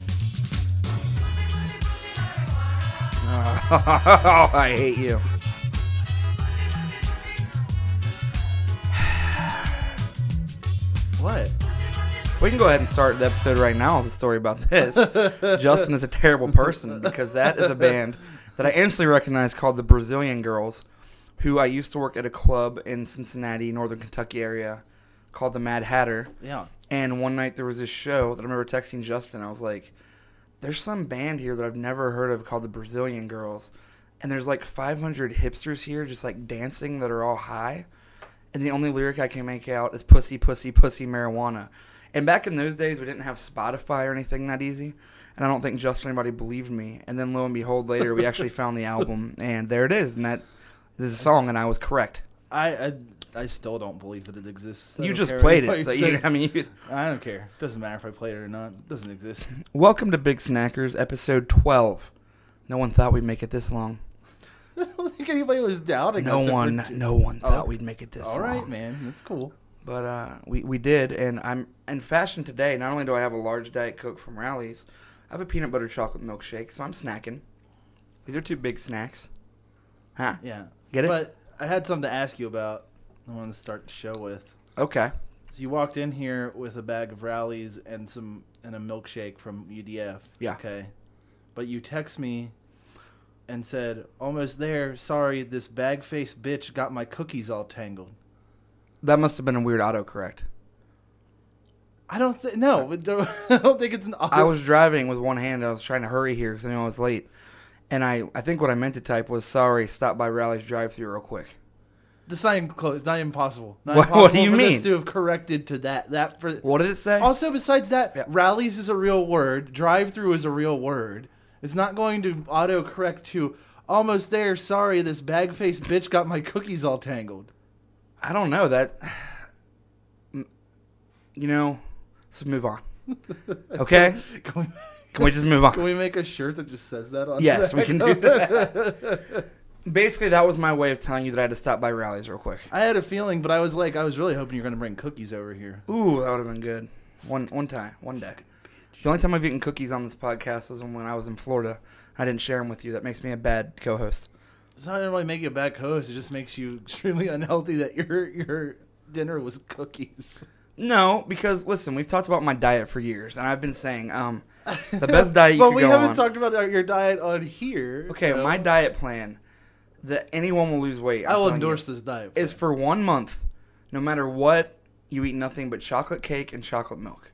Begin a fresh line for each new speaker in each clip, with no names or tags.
Oh, I hate you. what? We can go ahead and start the episode right now with a story about this. Justin is a terrible person because that is a band that I instantly recognize called the Brazilian Girls, who I used to work at a club in Cincinnati, Northern Kentucky area called the Mad Hatter.
Yeah.
And one night there was this show that I remember texting Justin. I was like, there's some band here that I've never heard of called the Brazilian Girls. And there's like 500 hipsters here just like dancing that are all high. And the only lyric I can make out is pussy, pussy, pussy, marijuana. And back in those days, we didn't have Spotify or anything that easy. And I don't think just anybody believed me. And then lo and behold, later we actually found the album. And there it is. And that this is a song, and I was correct.
I, I I still don't believe that it exists. I
You
don't
just
care what
played it. So
anybody
you,
says.
I mean, you,
I don't care. Doesn't matter if I played it or not. doesn't exist.
Welcome to Big Snackers, episode 12. No one thought we'd make it this long.
I don't think anybody was doubting.
No
us if
one,
we're-
no one
Oh,
thought we'd make it this
All
long.
right, man. That's cool.
But uh, we we did, and I'm in fashion today. Not only do I have a large diet coke from Rally's, I have a peanut butter chocolate milkshake, so I'm snacking. These are two big snacks, huh?
Yeah.
Get it?
But I had something to ask you about. I wanted to start the show with.
Okay.
So you walked in here with a bag of rallies and some and a milkshake from UDF.
Yeah.
Okay. But you text me and said, "Almost there. Sorry, this bag-faced bitch got my cookies all tangled."
That must have been a weird autocorrect.
I don't think no. but there- I don't think it's an.
I was driving with one hand. I was trying to hurry here because I knew I was late, and I I think what I meant to type was sorry. Stop by Rally's drive-through real quick.
It's not even close. It's not even possible. Not
What-
impossible
what do you
for
mean?
This to have corrected to that. That for
What did it say?
also besides that,
Yeah.
rallies is a real word. Drive through is a real word. It's not going to auto correct to almost there. Sorry, this bag faced bitch got my cookies all tangled.
I don't know that. You know, let's move on. Okay,
Can
can we just move
we,
on?
can we make a shirt that just says that on?
Yes,
the
we
back
can
of
do
it?
Basically, that was my way of telling you that I had to stop by rallies real quick.
I had a feeling, but I was like, I was really hoping you're going to bring cookies over here.
Ooh, that would have been good. One one time, one day. The only time I've eaten cookies on this podcast was when I was in Florida. I didn't share them with you. That makes me a bad co-host.
It's not really making you a bad host. It just makes you extremely unhealthy that your your dinner was cookies.
No, because listen, we've talked about my diet for years, and I've been saying um, the best diet you
but
could
we
go
haven't
on-
talked about our- your diet on here.
Okay,
so
my diet plan that anyone will lose weight.
I will
telling you.
endorse this diet.
is for one month, no matter what, you eat nothing but chocolate cake and chocolate milk.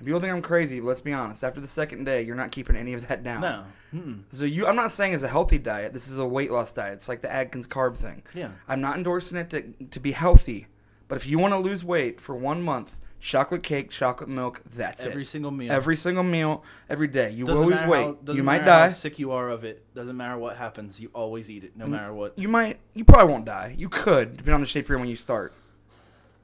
And people think I'm crazy, but let's be honest. After the second day, you're not keeping any of that down.
no. Hmm. Mm-mm.
So you, I'm not saying it's a healthy diet. This is a weight loss diet. It's like the Atkins carb thing.
Yeah.
I'm not endorsing it to, to be healthy, but if you want to lose weight for one month, chocolate cake, chocolate milk, that's
Every
it.
single meal.
Every single meal, every day. You
Doesn't
will lose
matter
weight.
how- doesn't
you might
matter how
die. Mm.
sick you are of it. Doesn't matter what happens. You always eat it, no matter what.
You might. You probably won't die. You could, depending on the shape you're in when you start.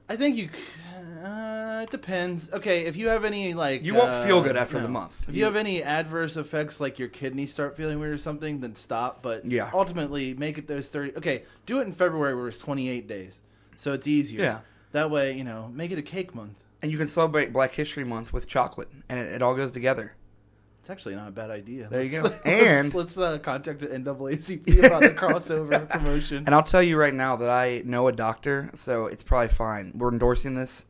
I think you. c- Uh, it depends. Okay, if you have any like,
You won't
uh,
feel good after the month.
If you have any adverse effects, like your kidneys start feeling weird or something, then stop. But
Yeah.
ultimately, make it those thirty. Okay, do it in February where it's twenty eight days, so it's easier.
Yeah.
That way, you know, make it a cake month.
and you can celebrate Black History Month with chocolate, and it, it all goes together.
It's actually not a bad idea.
There you
Let's-
go. And-
let's, let's uh, contact the NAACP about the crossover promotion.
And I'll tell you right now that I know a doctor, so it's probably fine. We're endorsing this.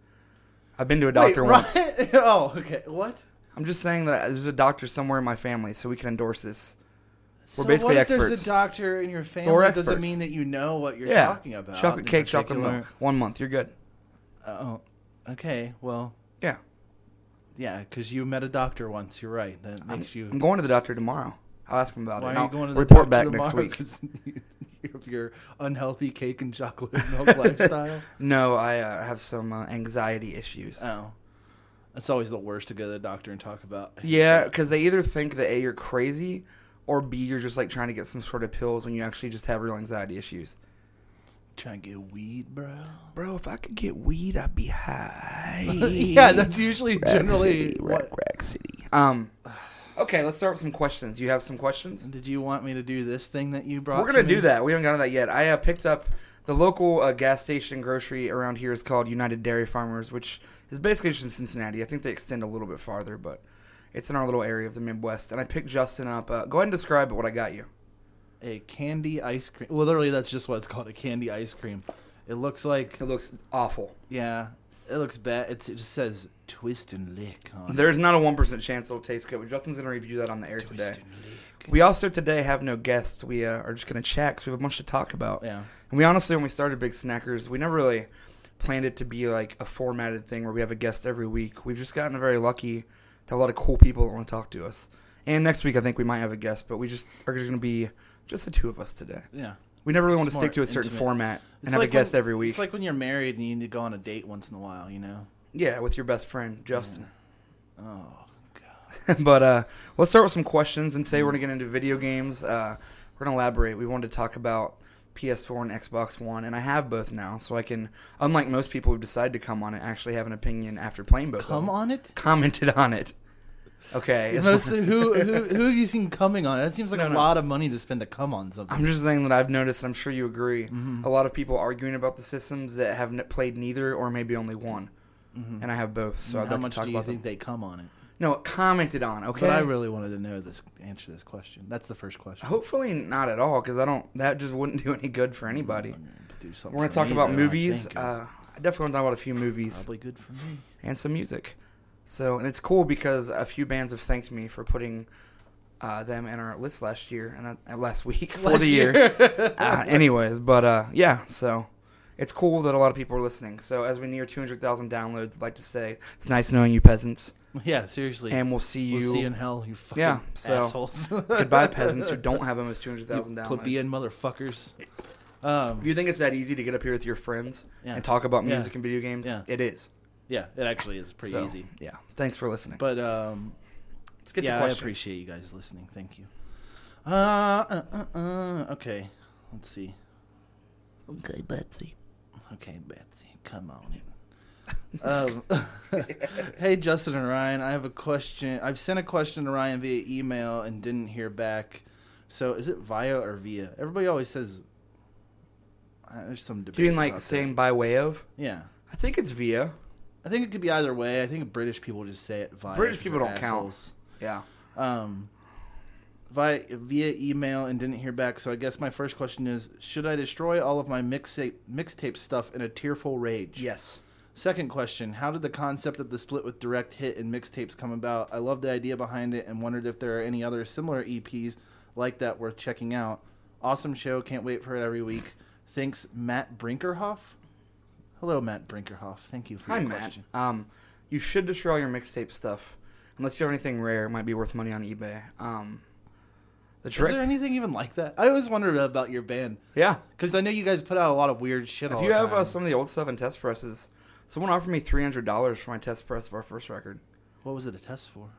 I've been to a doctor
Wait,
once.
Ryan- oh, okay. What?
I'm just saying that there's a doctor somewhere in my family, so we can endorse this.
So
basically
what if
experts.
There's a doctor in your family.
we're
it doesn't
experts.
mean that you know what you're
yeah,
talking about.
chocolate
in
cake,
particular.
chocolate milk, one month. You're good.
Oh, okay. Well,
Yeah,
yeah, because you met a doctor once. You're right. That
I'm,
makes you.
I'm going to the doctor tomorrow. I'll ask him about it.
why are you
and I'll
going to the
report back
doctor
next
tomorrow?
week.
'Cause of your unhealthy cake and chocolate milk lifestyle.
No, I uh, have some uh, anxiety issues.
Oh, that's always the worst to go to the doctor and talk about.
Yeah, because they either think that A, you're crazy, or B, you're just like trying to get some sort of pills when you actually just have real anxiety issues.
Trying to get weed, bro.
Bro, if I could get weed, I'd be high.
yeah, that's usually
Rack
generally.
City,
what-
Rack, Rack City. Um, okay, let's start with some questions. You have some questions?
Did you want me to do this thing that you brought?
We're gonna
to
do
me?
that. We haven't gotten to that yet. I uh, picked up the local uh, gas station grocery around here is called United Dairy Farmers, which is basically just in Cincinnati. I think they extend a little bit farther, but it's in our little area of the Midwest. And I picked Justin up. Uh, go ahead and describe what I got you.
a candy ice cream. Well, literally, that's just what it's called—a candy ice cream. It looks like
It looks awful.
yeah, it looks bad. It's, it just says twist and lick on it.
There's not a one percent chance it'll taste good. But Justin's gonna review that on the air
Twist
today.
and lick.
We also today have no guests. We uh, are just gonna chat because we have a bunch to talk about.
yeah,
And we honestly, when we started Big Snackers, we never really planned it to be like a formatted thing where we have a guest every week. We've just gotten very lucky to have a lot of cool people that want to talk to us. And next week, I think we might have a guest, but we just are going to be just the two of us today.
yeah.
We never really want to
Smart,
stick to a certain
intimate.
format and
It's
have
like
a guest
when-
every week.
It's like when you're married and you need to go on a date once in a while, you know?
yeah, with your best friend, Justin.
Oh, God.
but uh, let's start with some questions. And today we're going to get into video games. Uh, we're going to elaborate. We wanted to talk about PS4 and Xbox One, and I have both now, so I can, unlike most people who decide to come on it, actually have an opinion after playing both. of
Come
them.
on it?
commented on it. Okay, it's-
Most- who, who, who have you seen coming on? it? That seems like
No,
a
no.
lot of money to spend to come on something.
I'm just saying that I've noticed, and I'm sure you agree,
Mm-hmm.
a lot of people arguing about the systems that have n- played neither or maybe only one. And I have both, so I'd
Mm-hmm. How
like
much
to talk
do you
about
think
them.
they come on it?
No, commented on. Okay,
But I really wanted to know this, answer this question. That's the first question.
hopefully not at all, because I don't. That just wouldn't do any good for anybody.
I'm gonna do something
We're gonna
for
talk
me,
about
though, I
movies.
think.
Uh, I definitely want to talk about a few movies
Probably good for me.
and some music. So, and it's cool because a few bands have thanked me for putting uh, them in our list last year and uh, last week for
Last
the year. uh, anyways, but uh, yeah, so it's cool that a lot of people are listening. So as we near 200,000 downloads, I'd like to say it's nice knowing you peasants,
yeah, seriously.
and we'll see you.
we'll see you in hell, you fucking
Yeah, so-
assholes.
Goodbye, peasants who don't have almost 200,000
You
downloads.
plebeian motherfuckers. Um,
If you think it's that easy to get up here with your friends
Yeah.
and talk about
Yeah.
music and video games,
Yeah.
it is.
yeah, it actually is pretty
So,
easy.
Yeah. Thanks for listening.
But um,
Let's get
yeah,
to
I
questions.
appreciate you guys listening. Thank you. Uh, uh, uh, uh, okay. Let's see.
Okay, Betsy.
Okay, Betsy, come on in. um, hey, Justin and Ryan, I have a question. I've sent a question to Ryan via email and didn't hear back. So is it via or via? Everybody always says. Uh, there's some debate.
Do you mean
about
like
that.
saying by way of?
Yeah.
I think it's via.
I think it could be either way. I think British people just say it via.
British
'cause
people
they're
don't count.
assholes.
Yeah.
um, via, via email and didn't hear back. So I guess my first question is: Should I destroy all of my mixtape mixtape stuff in a tearful rage?
Yes.
Second question: How did the concept of the split with direct hit and mixtapes come about? I love the idea behind it and wondered if there are any other similar EPs like that worth checking out. Awesome show! Can't wait for it every week. Thanks, Matt Brinkerhoff. Hello, Matt Brinkerhoff. Thank you for
Hi,
your
Matt.
question.
Um, you should destroy all your mixtape stuff. Unless you have anything rare, it might be worth money on eBay. Um, the
Is
trick.
there anything even like that? I always wondered about your band.
yeah.
Because I know you guys put out a lot of weird shit.
If
all
you
the
have
time.
uh, some of the old stuff in test presses, someone offered me three hundred dollars for my test press of our first record.
what was it a test for?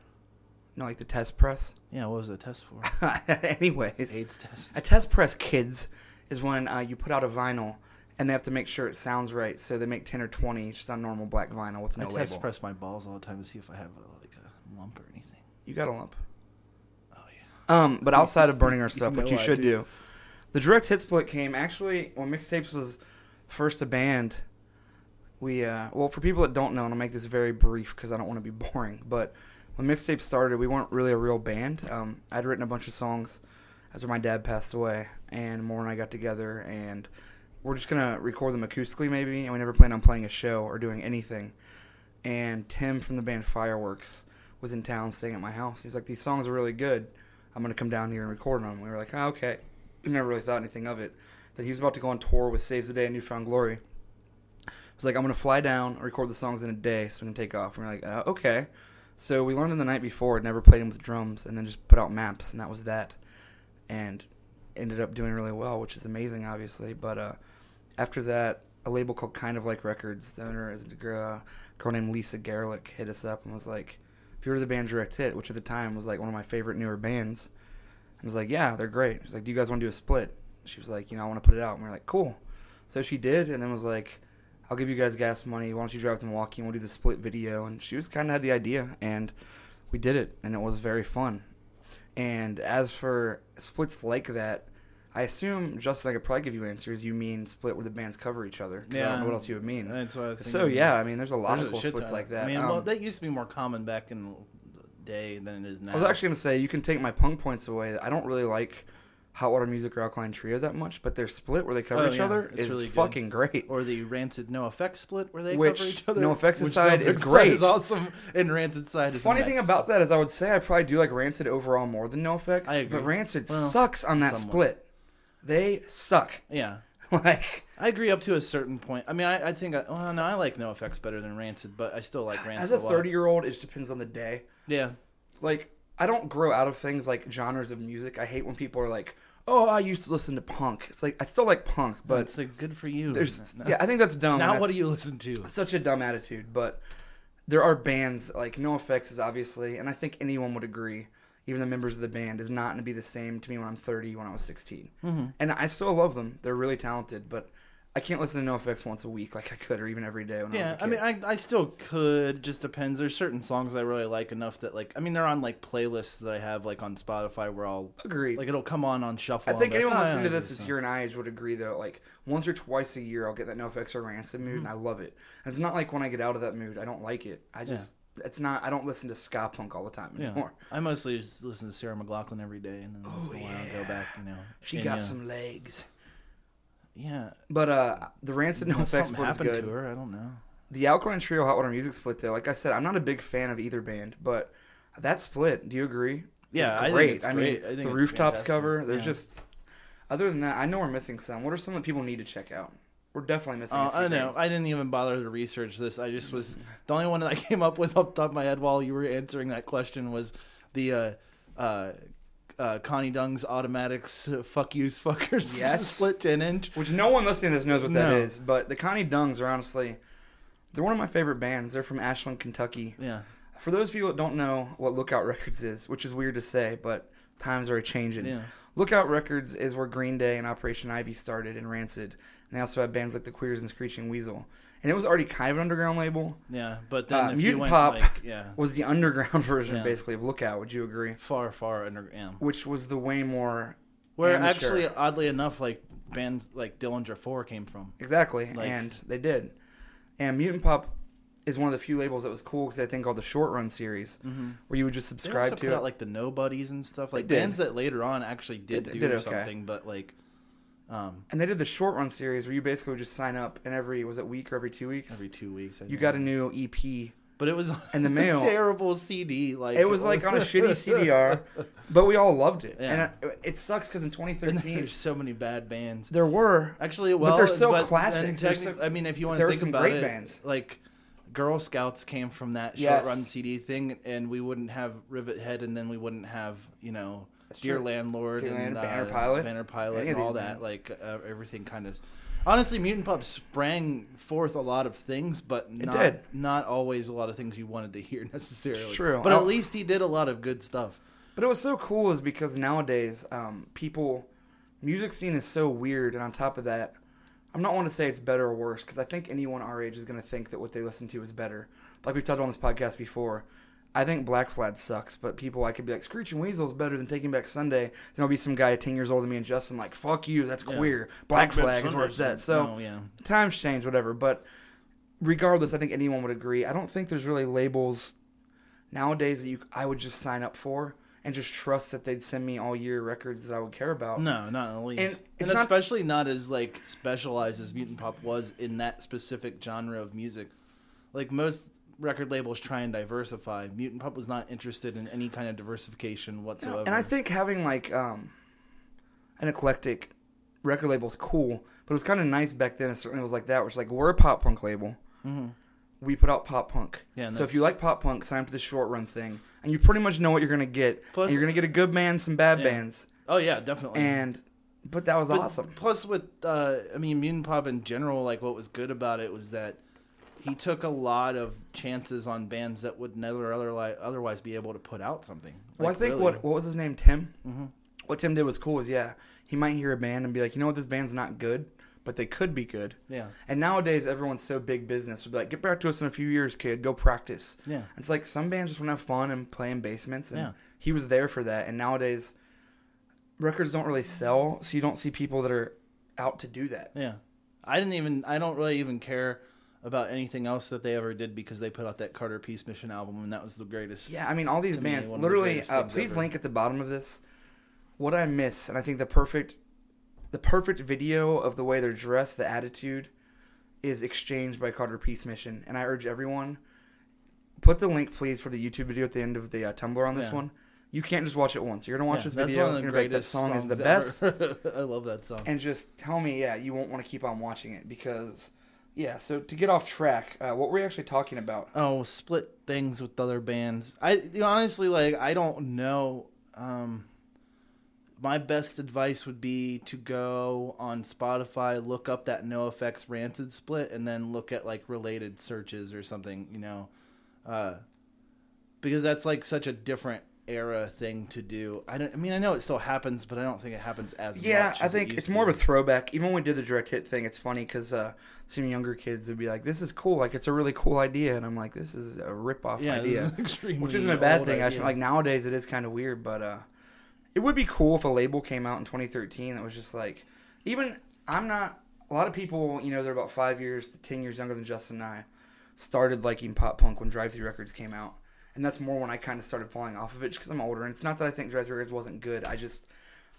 No, like the test press.
Yeah, what was it a test for?
Anyways,
AIDS test.
A test press, kids, is when uh, you put out a vinyl and they have to make sure it sounds right. So they make ten or twenty just on normal black vinyl with
I
no
test
label.
press my balls all the time to see if I have uh, like a lump or anything.
You got a lump.
Oh yeah.
Um, but outside of burning our
You
stuff,
know
what you
I
should
do.
do. the direct hit split came actually when mixtapes was first a band. We uh, well, for people that don't know, and I'll make this very brief because I don't want to be boring. But when mixtapes started, we weren't really a real band. Um, I'd written a bunch of songs after my dad passed away, and more and I got together, and we're just gonna record them acoustically maybe, and we never planned on playing a show or doing anything. And Tim from the band Fireworks was in town staying at my house. He was like, "These songs are really good. I'm gonna come down here and record them." We were like, oh, "Okay." Never really thought anything of it. That he was about to go on tour with Saves the Day and Newfound Glory. I was like, I'm gonna fly down, record the songs in a day, so we can take off. And we're like, uh, okay. So we learned them the night before, had never played them with drums, and then just put out maps, and that was that. And ended up doing really well, which is amazing, obviously. But uh, after that, a label called Kind of Like Records, the owner is a gr- uh, girl named Lisa Gerlich, hit us up and was like, if you were the band Direct Hit, which at the time was like one of my favorite newer bands, I was like, yeah, they're great. She's like, do you guys want to do a split? She was like, you know, I want to put it out. And we were like, cool. So she did, and then was like, I'll give you guys gas money. Why don't you drive to Milwaukee and we'll do the split video? And she was kind of had the idea, and we did it, and it was very fun. And as for splits like that, I assume Justin, I could probably give you answers. You mean split where the bands cover each other? 'cause I don't know what else you would mean.
That's what I was thinking.
so yeah, I mean, there's a lot
There's
of cool
shit
splits
ton.
like that.
I mean,
Um,
well, that used to be more common back in the day than it is now.
I was actually gonna say you can take my punk points away. I don't really like Hot Water Music or Alkaline Trio that much, but their split where they cover
Oh,
each
yeah.
other
It's
is
really good.
fucking great.
Or the Rancid No Effects split where they
Which
cover each other.
NoFX
Which
side
NoFX
is
side
great.
is awesome, and Rancid side is
Funny thing
nice.
about that is I would say I probably do like Rancid overall more than NoFX,
I agree.
but Rancid
Well,
sucks on that
somewhat.
split. They suck.
yeah,
like
I agree up to a certain point. I mean, I, I think I, well, no, I like No Effects better than Rancid, but I still like Rancid
as a
lot.
30 year old, it just depends on the day.
Yeah,
like I don't grow out of things like genres of music. I hate when people are like, "Oh, I used to listen to punk." It's like I still like punk,
but
but
it's like good for you.
there's
No.
yeah, I think that's dumb.
now what
That's
do you listen to?
Such a dumb attitude, but there are bands like NoFX is obviously, and I think anyone would agree, even the members of the band is not going to be the same to me when I'm 30 when I was 16.
Mm-hmm.
And I still love them. They're really talented, but I can't listen to NoFX once a week like I could or even every day when I was
Yeah,
a
I
kid.
mean, I, I still could. Just depends. There's certain songs I really like enough that like I mean they're on like playlists that I have like on Spotify where I'll
Agreed.
like it'll come on Oh, on shuffle.
I think anyone listening
listening
to this is your and age would agree though. Like once or twice a year, I'll get that NoFX or Rancid mood, and
Mm-hmm.
I love it. And it's not like when I get out of that mood, I don't like it. I just it's not. I don't listen to ska punk all the time
Yeah.
anymore.
I mostly just listen to Sarah McLaughlin every day, and then once in a while I'll go back. You know,
Oh, She
And,
got
yeah.
some legs,
Yeah,
but uh, the Rancid
Well,
NoFX
something
split is
happened
good.
to her. I don't know.
The Alkaline Trio Hot Water Music split though, like I said, I'm not a big fan of either band, but that split. Do you agree?
Yeah,
It's
I think
great.
it's
I,
great.
mean,
I think
the
it's
rooftops
fantastic.
cover. There's
Yeah.
just other than that, I know we're missing some. What are some that people need to check out? We're definitely missing. a
Uh,
few
I know.
bands.
I didn't even bother to research this. I just was the only one that I came up with off the top of my head while you were answering that question was the uh, uh, uh, Connie Dung's automatics uh, fuck yous fuckers
Yes.
split ten inch.
Which no one listening to this knows what that
No.
is, but the Connie Dungs are honestly they're one of my favorite bands. They're from Ashland, Kentucky.
Yeah,
For those people that don't know what Lookout Records is, which is weird to say, but times are changing.
Yeah.
Lookout Records is where Green Day and Operation Ivy started and Rancid. And they also have bands like The Queers and Screeching Weasel. And it was already kind of an underground label.
yeah. But then
Uh,
if you
Mutant
went
Pop.
like yeah,
Was the underground version
Yeah.
basically of Lookout, would you agree?
far far under yeah.
Which was the way more
Where
amateur-
actually, oddly enough, like bands like Dillinger Four came from.
Exactly,
Like-
and they did. And Mutant Pop is one of the few labels that was cool because I think called the short run series,
Mm-hmm.
where you would just
They also
subscribe
put
to it.
out like the Nobodies and stuff, like
did.
bands that later on actually did
They
do
did okay.
something, but like, um,
and they did the short run series where you basically would just sign up, and every was it week or every two weeks,
every two weeks. I
you
think.
got a new E EP.
But it was
And the
on a
mail-
terrible CD. Like
It was like on a shitty CDR, but we all loved it.
Yeah.
And it, it sucks because in
And
2013
there's so many bad bands.
there were
Actually, well,
they're so
then
classics. They're
technic-
so-
I mean, if you want
there were
to think
some
about
great
it,
bands.
like Girl Scouts came from that
Yes.
short run CD thing, and we wouldn't have Rivet Head, and then we wouldn't have you know Dear
true.
Landlord,
Dear
and
Land- Banner
uh,
Pilot,
Banner
any
Pilot,
of
and all
these
that.
bands.
Like uh, everything kind of. Honestly, Mutant Pop sprang forth a lot of things, but not
did.
not always a lot of things you wanted to hear necessarily.
True.
but
I'll-
at least he did a lot of good stuff.
But it was so cool is because nowadays, um, people, music scene is so weird, and on top of that, I'm not one to say it's better or worse because I think anyone our age is going to think that what they listen to is better. Like we talked about on this podcast before, I think Black Flag sucks, but people I could be like Screeching Weasel is better than Taking Back Sunday. Then there'll be some guy 10 years older than me and Justin like, "Fuck you, that's
Yeah.
queer." Black,
Back
Flag is where
Sunday
it's at.
is-
So
no, yeah.
times change, whatever. But regardless, I think anyone would agree. I don't think there's really labels nowadays that you I would just sign up for and just trust that they'd send me all year records that I would care about.
No, not in the least.
And
And,
it's not-
especially not as like specialized as mutant pop was in that specific genre of music. Like most record labels try and diversify. Mutant pop was not interested in any kind of diversification
No,
whatsoever.
and I think having like um, an eclectic record label is cool, but it was kind of nice back then. It certainly was like that, where it's like we're a pop punk label. We put out pop punk.
Mm-hmm. Yeah, and
so if you
that's-
like pop punk, sign up to the short run thing, and you pretty much know what you're gonna get.
Plus-
and you're gonna get a good band, some bad
Yeah.
bands,
oh yeah, definitely.
and but that was
But
awesome.
Plus, with uh, I mean, mutant pop in general, like what was good about it was that he took a lot of chances on bands that would never otherwise otherwise be able to put out something.
Well,
Like,
I think
really. Mm-hmm.
what what was his name, Tim. What Tim did was cool. Is yeah, he might hear a band and be like, you know what, this band's not good, but they could be good.
Yeah.
And nowadays, everyone's so big business. We'd be like, get back to us in a few years, kid. Go practice.
Yeah.
It's like some bands just want to have fun and play in basements, and
Yeah.
he was there for that. And nowadays, records don't really sell, so you don't see people that are out to do that.
Yeah. I didn't even I don't really even care about anything else that they ever did because they put out that Carter Peace Mission album and that was the greatest.
Yeah, I mean, all these
To me,
bands.
one of the
Literally,
greatest
uh,
things
please
ever.
link at the bottom of this what I miss, and I think the perfect, the perfect video of the way they're dressed, the attitude, is exchanged by Carter Peace Mission, and I urge everyone, put the link please for the YouTube video at the end of the uh, Tumblr on this
Yeah.
one. You can't just watch it once. You're gonna watch
Yeah,
this
that's
video.
one of the
and you're gonna be like, that
greatest
song is the best
songs ever. I love that song.
and just tell me, yeah, you won't want to keep on watching it because, yeah. So to get off track, uh, what were we actually talking about?
oh split things with other bands i you know, honestly like i don't know um my best advice would be to go on spotify look up that no effects ranted split and then look at like related searches or something you know uh because that's like such a different era thing to do i don't i mean i know it still happens but i don't think it happens as
Yeah,
much
I
as it
think
used
it's
to.
more of a throwback. Even when we did the direct hit thing, it's funny because uh, some younger kids would be like, "This is cool. Like, it's a really cool idea," and I'm like, "This is a rip off
yeah,
idea."
this is extremely
which isn't a bad
old
thing. I should,
idea.
like nowadays it is kind of weird, but uh, it would be cool if a label came out in 2013 that was just like, even I'm not. A lot of people, you know, they're about five years to ten years younger than Justin and I, started liking pop punk when Drive Thru Records came out, and that's more when I kind of started falling off of it because I'm older. And it's not that I think Drive Thru Records wasn't good. I just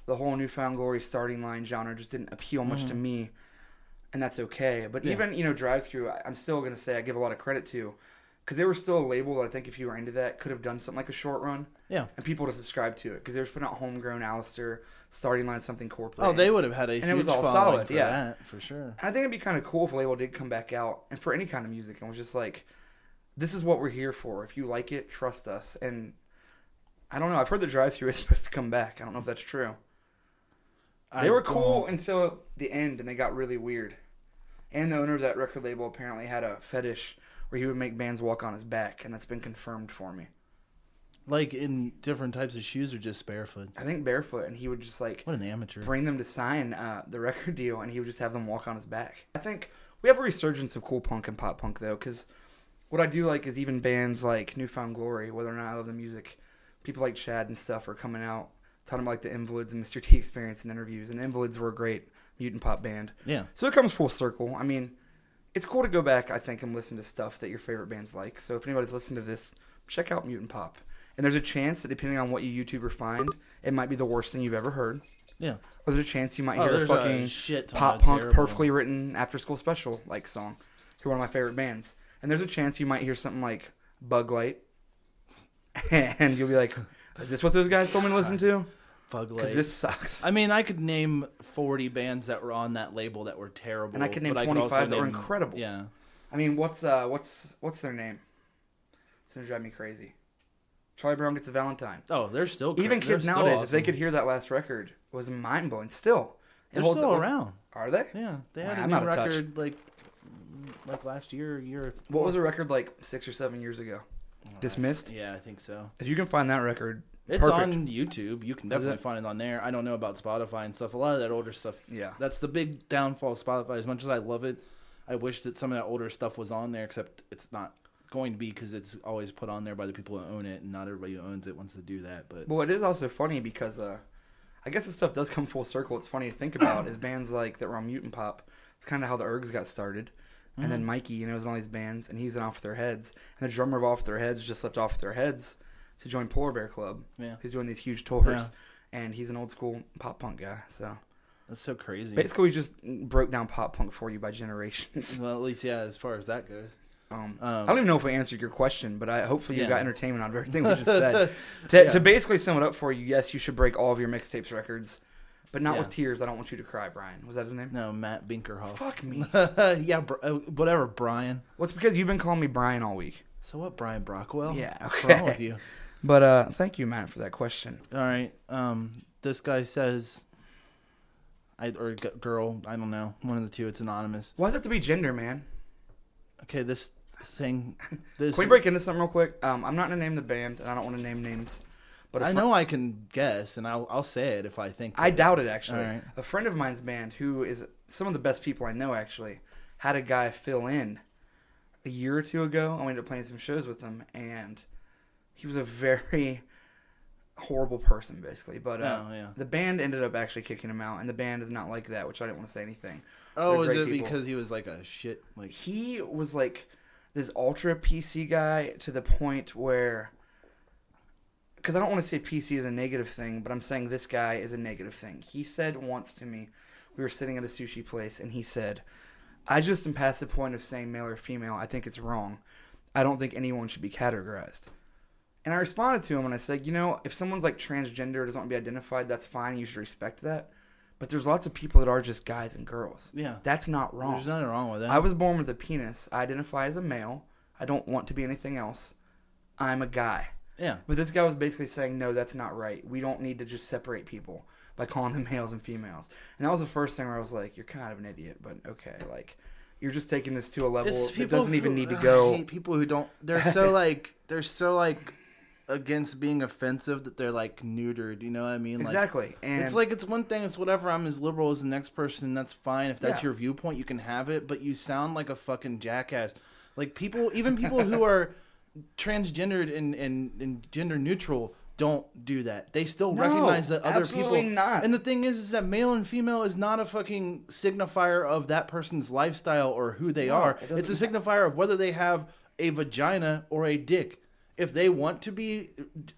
the whole newfound glory starting line genre just didn't appeal much to me and that's okay. But
Yeah.
even you know, drive through, I'm still gonna say I give a lot of credit to, because they were still a label that I think if you were into that could have done something like a short run
yeah
and people to subscribe to it because they were putting out homegrown Alistair, starting line something corporate.
oh they would have had a
And
huge
it was all
following
solid,
for
yeah.
that, for sure
And I think it'd be kind of cool if a label did come back out and for any kind of music and was just like, this is what we're here for. If you like it, trust us. And I don't know. I've heard the drive through is supposed to come back. I don't know if that's true. They
I
were
don't-
cool until the end, and they got really weird. And the owner of that record label apparently had a fetish where he would make bands walk on his back, and that's been confirmed for me.
like in different types of shoes or just barefoot.
I think barefoot, and he would just like
What an amateur!
bring them to sign uh, the record deal, and he would just have them walk on his back. I think we have a resurgence of cool punk and pop punk though, because what I do like is even bands like Newfound Glory, whether or not I love the music, people like Chad and stuff are coming out talking about like the Invalids and Mr. T experience in interviews, and Invalids were a great mutant pop band.
Yeah,
So it comes full circle. I mean, it's cool to go back, I think, and listen to stuff that your favorite bands like. So if anybody's listening to this, check out Mutant Pop. And there's a chance that depending on what you YouTuber find, it might be the worst thing you've ever heard.
yeah.
Or there's a chance you might
Oh,
hear a
there's
fucking
a shit ton
pop
of
punk
terrible-
perfectly written after school special like song. Who are one of my favorite bands. And there's a chance you might hear something like Bug Light. and you'll be like, is this what those guys told me to listen to?
Bug
Because
Light.
this sucks.
I mean, I could name forty bands that were on that label that were terrible,
And I could name
but also
25 that were
name-
incredible.
Yeah,
I mean, what's uh, what's what's their name? It's gonna drive me crazy. Charlie Brown gets a Valentine.
oh, they're still
Even
they're
kids
still
nowadays, if
awesome.
they could hear that last record, it was mind blowing. Still, it
they're
holds
still
up-
around.
Are they?
Yeah, they had
Nah,
a
I'm
new
out of touch.
record like mm, like last year, or year.
What was a record like six or seven years ago? Dismissed.
Yeah, I think so.
If you can find that record,
It's
perfect.
on YouTube. You can definitely
it?
find it on there. I don't know about Spotify and stuff. A lot of that older stuff.
Yeah.
That's the big downfall of Spotify. As much as I love it, I wish that some of that older stuff was on there, except it's not going to be because it's always put on there by the people who own it, and not everybody who owns it wants to do that. But
Well, it is also funny because uh, I guess this stuff does come full circle. It's funny to think about is bands like that were on Mutant Pop. It's kind of how the Ergs got started. And then Mikey, you know, was in all these bands, and he was in Off Their Heads. And the drummer of Off Their Heads just left Off Their Heads to join Polar Bear Club.
Yeah.
He's doing these huge tours, and he's an old school pop punk guy. So
that's so crazy.
basically, we just broke down pop punk for you by generations.
Well, at least yeah, as far as that goes.
Um,
Um,
I don't even know if we answered your question, but I hopefully you
Yeah.
got entertainment out of everything we just said. to,
Yeah.
to basically sum it up for you, yes, you should break all of your mixtapes records, but not with
Yeah.
tears. I don't want you to cry, Brian. Was that his name?
No, Matt Binkerhoff.
Fuck me.
yeah, br- uh, whatever, Brian.
Well, it's because you've been calling me Brian all week.
So what, Brian Brockwell?
Yeah,
What's wrong
okay.
with you?
But uh, thank you, Matt, for that question.
all right um this guy says i or g- girl i don't know one of the two it's anonymous
Why does it have to be gender, man?
okay this thing this
Can we break into something real quick? Um, I'm not gonna name the band, and I don't want to name names. But a
i
fri-
know i can guess and i'll i'll say it if i think
I
of it.
doubt it actually.
All right.
A friend of mine's band, who is some of the best people I know actually, had a guy fill in a year or two ago. I ended up playing some shows with him, and he was a very horrible person basically. But uh,
Oh, yeah.
the band ended up actually kicking him out, and the band is not like that, which I didn't want to say anything.
oh
They're
is
great
it
people.
because he was like a shit like
he was like this ultra PC guy to the point where because I don't want to say PC is a negative thing, but I'm saying this guy is a negative thing. He said once to me, we were sitting at a sushi place, and he said, I just am past the point of saying male or female. I think it's wrong. I don't think anyone should be categorized. And I responded to him and I said, you know, if someone's like transgender, doesn't want to be identified, that's fine. You should respect that. But there's lots of people that are just guys and girls.
Yeah.
That's not wrong.
There's nothing wrong with that.
I was born with a penis. I identify as a male. I don't want to be anything else. I'm a guy.
yeah.
But this guy was basically saying, no, that's not right. We don't need to just separate people by calling them males and females. And that was the first thing where I was like, you're kind of an idiot, but okay. Like, you're just taking this to a level
It's
that
people
doesn't even
who-
need to
I
go.
hate people who don't. They're so like. They're so like against being offensive that they're like neutered. You know what I mean? Like,
Exactly. And
it's like it's one thing. It's whatever. I'm as liberal as the next person. That's fine. If that's
Yeah.
your viewpoint, you can have it. But you sound like a fucking jackass. Like people, even people who are transgendered and and, and gender neutral don't do that. They still
No,
recognize that other
absolutely
people.
not.
And the thing is, is that male and female is not a fucking signifier of that person's lifestyle or who they are.
it
It's a signifier of whether they have a vagina or a dick. If they want to be,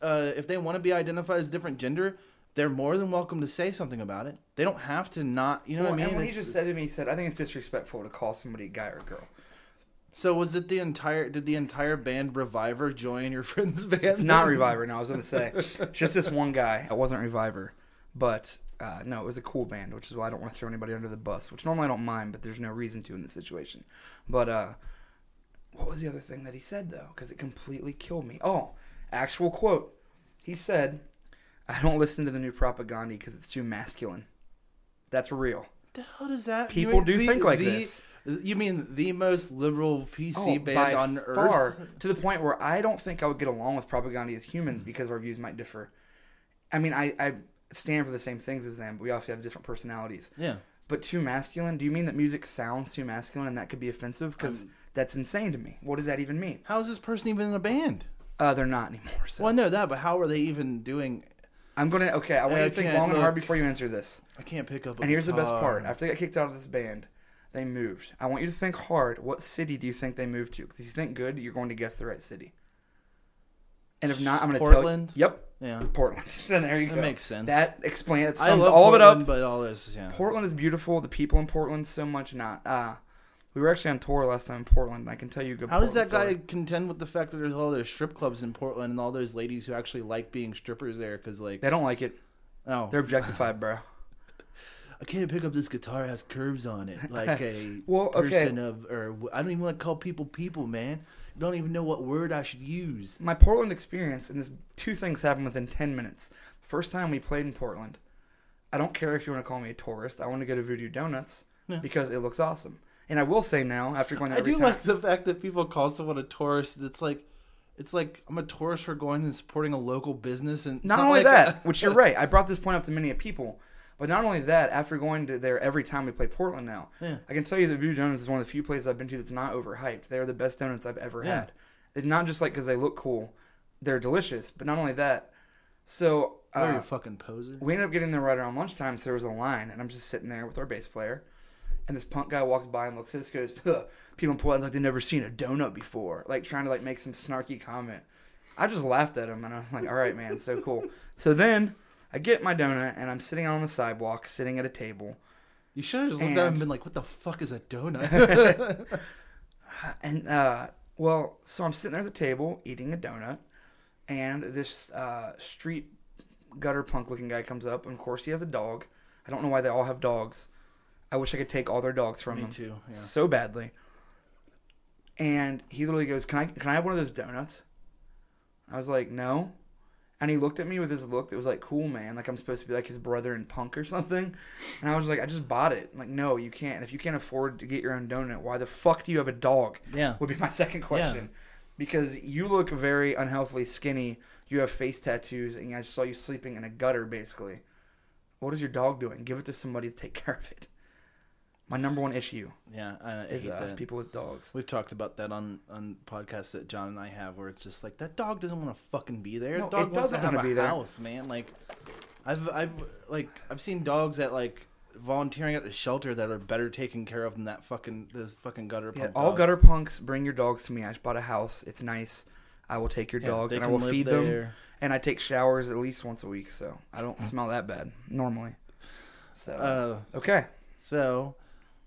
uh, if they want to be identified as different gender, they're more than welcome to say something about it. They don't have to not. You know
Well,
what I
and
mean?
what he
It's-
just said to me, he said, I think it's disrespectful to call somebody a guy or girl.
so was it the entire? Did the entire band Reviver join your friend's band?
It's not Reviver. No, I was gonna say just this one guy. It wasn't Reviver, but uh, no, it was a cool band, which is why I don't want to throw anybody under the bus. Which normally I don't mind, but there's no reason to in this situation. But uh, what was the other thing that he said though? Because it completely killed me. Oh, actual quote. He said, "I don't listen to the new propaganda because it's too masculine." That's real.
the hell does that? you
People do think like
the-
this.
You mean the most liberal PC
Oh,
band on earth?
to the point where I don't think I would get along with propaganda as humans because our views might differ. I mean, I, I stand for the same things as them, but we obviously have different personalities.
Yeah.
But too masculine? Do you mean that music sounds too masculine and that could be offensive?
Um,
Because that's insane to me. What does that even mean?
How is this person even in a band?
Uh, they're not anymore. So
Well, I know that, but how are they even doing?
I'm gonna okay. I want you to think
Okay,
long and hard
look.
before you answer this.
I can't pick up. A
And here's the best
guitar.
part. After they got kicked out of this band, they moved. I want you to think hard. What city do you think they moved to? Because if you think good, you're going to guess the right city. And if not, I'm going to tell you.
Portland?
Yep.
Yeah.
Portland. so there you
That
go.
makes sense.
That explains it
I
sums
love
all
Portland,
of it up.
but all this, yeah.
Portland is beautiful. The people in Portland so much not. Uh, we were actually on tour last time in Portland. And I can tell you a good.
How does that
Portland
guy
story.
contend with the fact that there's all those strip clubs in Portland and all those ladies who actually like being strippers there? Because like,
They don't like it.
oh,
They're objectified, bro.
I can't pick up this guitar has curves on it, like a
Well, okay.
person of, or I don't even want to call people people, man. I don't even know what word I should use.
my Portland experience, and this two things happened within ten minutes. First time we played in Portland, I don't care if you want to call me a tourist. I want to go to Voodoo Donuts
Yeah.
because it looks awesome. And I will say now, after going there
I
every
do
time,
like the fact that people call someone a tourist. It's like, it's like I'm a tourist for going and supporting a local business, and it's
not, only
like
that,
a-
which you're right. I brought this point up to many people, but not only that. After going to there every time we play Portland now,
Yeah.
I can tell you that Voodoo Donuts is one of the few places I've been to that's not overhyped. They're the best donuts I've ever
Yeah.
had. It's not just like because they look cool; they're delicious. But not only that. So
What are Oh, you,
uh,
a fucking poser?
We ended up getting there right around lunchtime, so there was a line, and I'm just sitting there with our bass player. And this punk guy walks by and looks at us, goes, "Huh, "People in Portland like they've never seen a donut before," like trying to like make some snarky comment. I just laughed at him, and I'm like, "All right, man, so cool." so then I get my donut, and I'm sitting out on the sidewalk, sitting at a table,
You should have just looked at him
And-
and been like, "What the fuck is a donut?"
and uh, well, so I'm sitting there at the table eating a donut, and this uh, street gutter punk looking guy comes up, and of course he has a dog. I don't know why they all have dogs. I wish I could take all their dogs from
Me
them
too. Yeah.
so badly. And he literally goes, "Can I can I have one of those donuts?" I was like, "No." And he looked at me with his look that was like, "Cool, man. Like I'm supposed to be like his brother in punk or something." And I was like, "I just bought it." like, no, you can't. If you can't afford to get your own donut, why the fuck do you have a dog?
Yeah.
would be my second question. Because you look very unhealthily skinny. You have face tattoos, and I saw you sleeping in a gutter, basically. What is your dog doing? Give it to somebody to take care of it. My number one issue
Yeah, I hate
is uh,
that.
people with dogs.
We've talked about that on on podcasts that John and I have, where it's just like that dog doesn't want to fucking be there.
No,
dog
it doesn't
wants to
wanna
have
be
a
there.
house, man. Like, I've I've like I've seen dogs at like volunteering at the shelter that are better taken care of than that fucking those fucking gutter.
Yeah,
pump
all
dogs.
gutter punks bring your dogs to me. I just bought a house. It's nice. I I will take your
Yeah,
dogs
they
and I
can
will
live
feed them.
there.
And I take showers at least once a week, so I don't smell that bad normally. So
Uh,
okay,
so,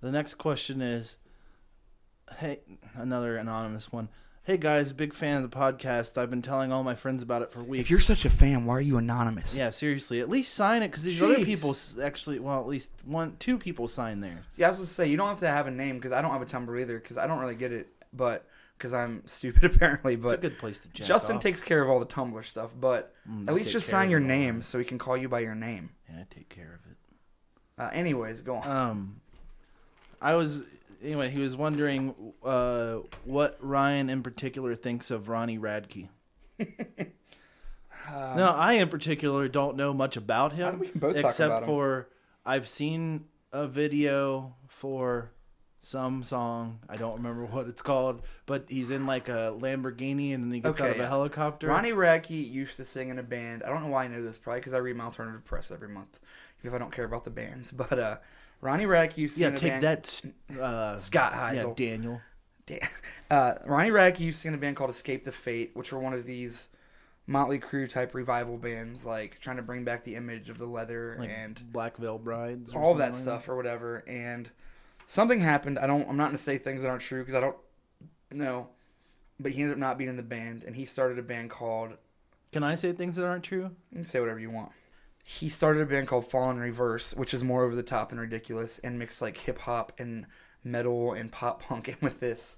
the next question is, hey, another anonymous one. Hey guys, big fan of the podcast. I've been telling all my friends about it for weeks.
if you're such a fan, why are you anonymous?
yeah, seriously, at least sign it because these
Jeez.
other people s- actually, well, at least one, two people sign there.
Yeah, I was gonna say you don't have to have a name because I don't have a Tumblr either because I don't really get it, but because I'm stupid apparently.
It's a
But
good place to jack
Justin
off.
takes care of all the Tumblr stuff, but
Mm,
at
take
least just
care
sign
of
your
it all.
name so we can call you by your name.
Yeah, I take care of it.
Uh, anyways, go on.
Um, I was anyway. He was wondering uh, what Ryan in particular thinks of Ronnie Radke.
Um,
no, I in particular don't know much about him,
think we can both talk
except
about him.
for I've seen a video for some song. I don't remember what it's called, but he's in like a Lamborghini and then he gets out
Okay,
of a
yeah.
helicopter.
Ronnie Radke used to sing in a band. I don't know why I know this, probably because I read my alternative press every month, even if I don't care about the bands. But uh, Ronnie Radke used to
yeah,
sing in a
take
band.
that, s- uh,
Scott
yeah,
Heisel.
Daniel.
Damn. Uh, Ronnie Radke used to sing in a band called Escape the Fate, which were one of these Motley Crue type revival bands, like trying to bring back the image of the leather
Like
and
Black Veil Brides, or
all that
something like
stuff or whatever. And something happened. I don't. I'm not going to say things that aren't true because I don't know. But he ended up not being in the band, and he started a band called.
Can I say things that aren't true?
You can say whatever you want. He started a band called Fall in Reverse, which is more over the top and ridiculous, and mixed like hip hop and metal and pop punk in with this.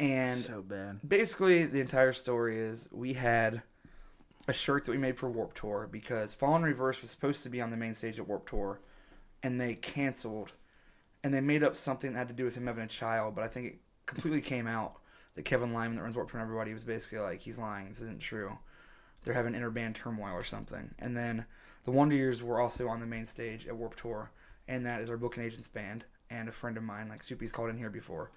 And
so bad.
basically the entire story is we had a shirt that we made for Warp Tour because Fallen Reverse was supposed to be on the main stage at Warp Tour and they canceled and they made up something that had to do with him having a child, but I think it completely came out that Kevin Lyman that runs Warp Tour and everybody was basically like, He's lying, this isn't true. They're having inner band turmoil or something. And then the Wonder Years were also on the main stage at Warp Tour and that is our booking agent's band and a friend of mine, like Soupy's called in here before.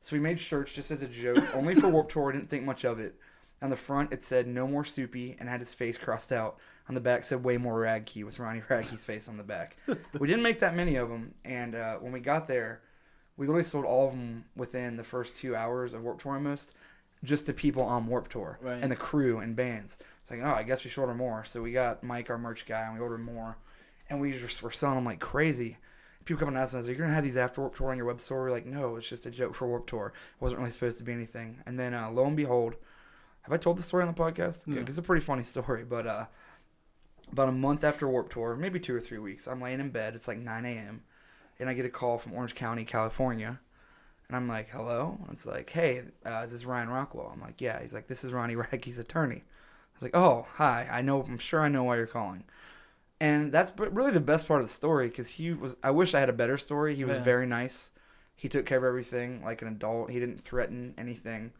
So we made shirts just as a joke, only for Warp Tour. I didn't think much of it. On the front, it said "No more Soupy" and had his face crossed out. On the back, said "Way more Radkey" with Ronnie Radke's face on the back. we didn't make that many of them, and uh, when we got there, we literally sold all of them within the first two hours of Warp Tour almost, just to people on Warp Tour
Right.
and the crew and bands. It's like, oh, I guess we should order more. So we got Mike, our merch guy, and we ordered more, and we just were selling them like crazy people come and ask us, "Are you gonna have these after Warp Tour on your web store?" We're like, "No, it's just a joke for Warp Tour. It wasn't really supposed to be anything." And then, uh, lo and behold, have I told the story on the podcast?
No.
Okay, 'cause It's a pretty funny story, but uh, about a month after Warp Tour, maybe two or three weeks, I'm laying in bed. It's like 9 a.m. and I get a call from Orange County, California, and I'm like, "Hello." And it's like, "Hey, uh, is this Ryan Rockwell?" I'm like, "Yeah." He's like, "This is Ronnie Radke's attorney." I was like, "Oh, hi. I know. I'm sure I know why you're calling." And that's b- really the best part of the story because he was. I wish I had a better story. He was
Yeah.
very nice. He took care of everything like an adult. He didn't threaten anything.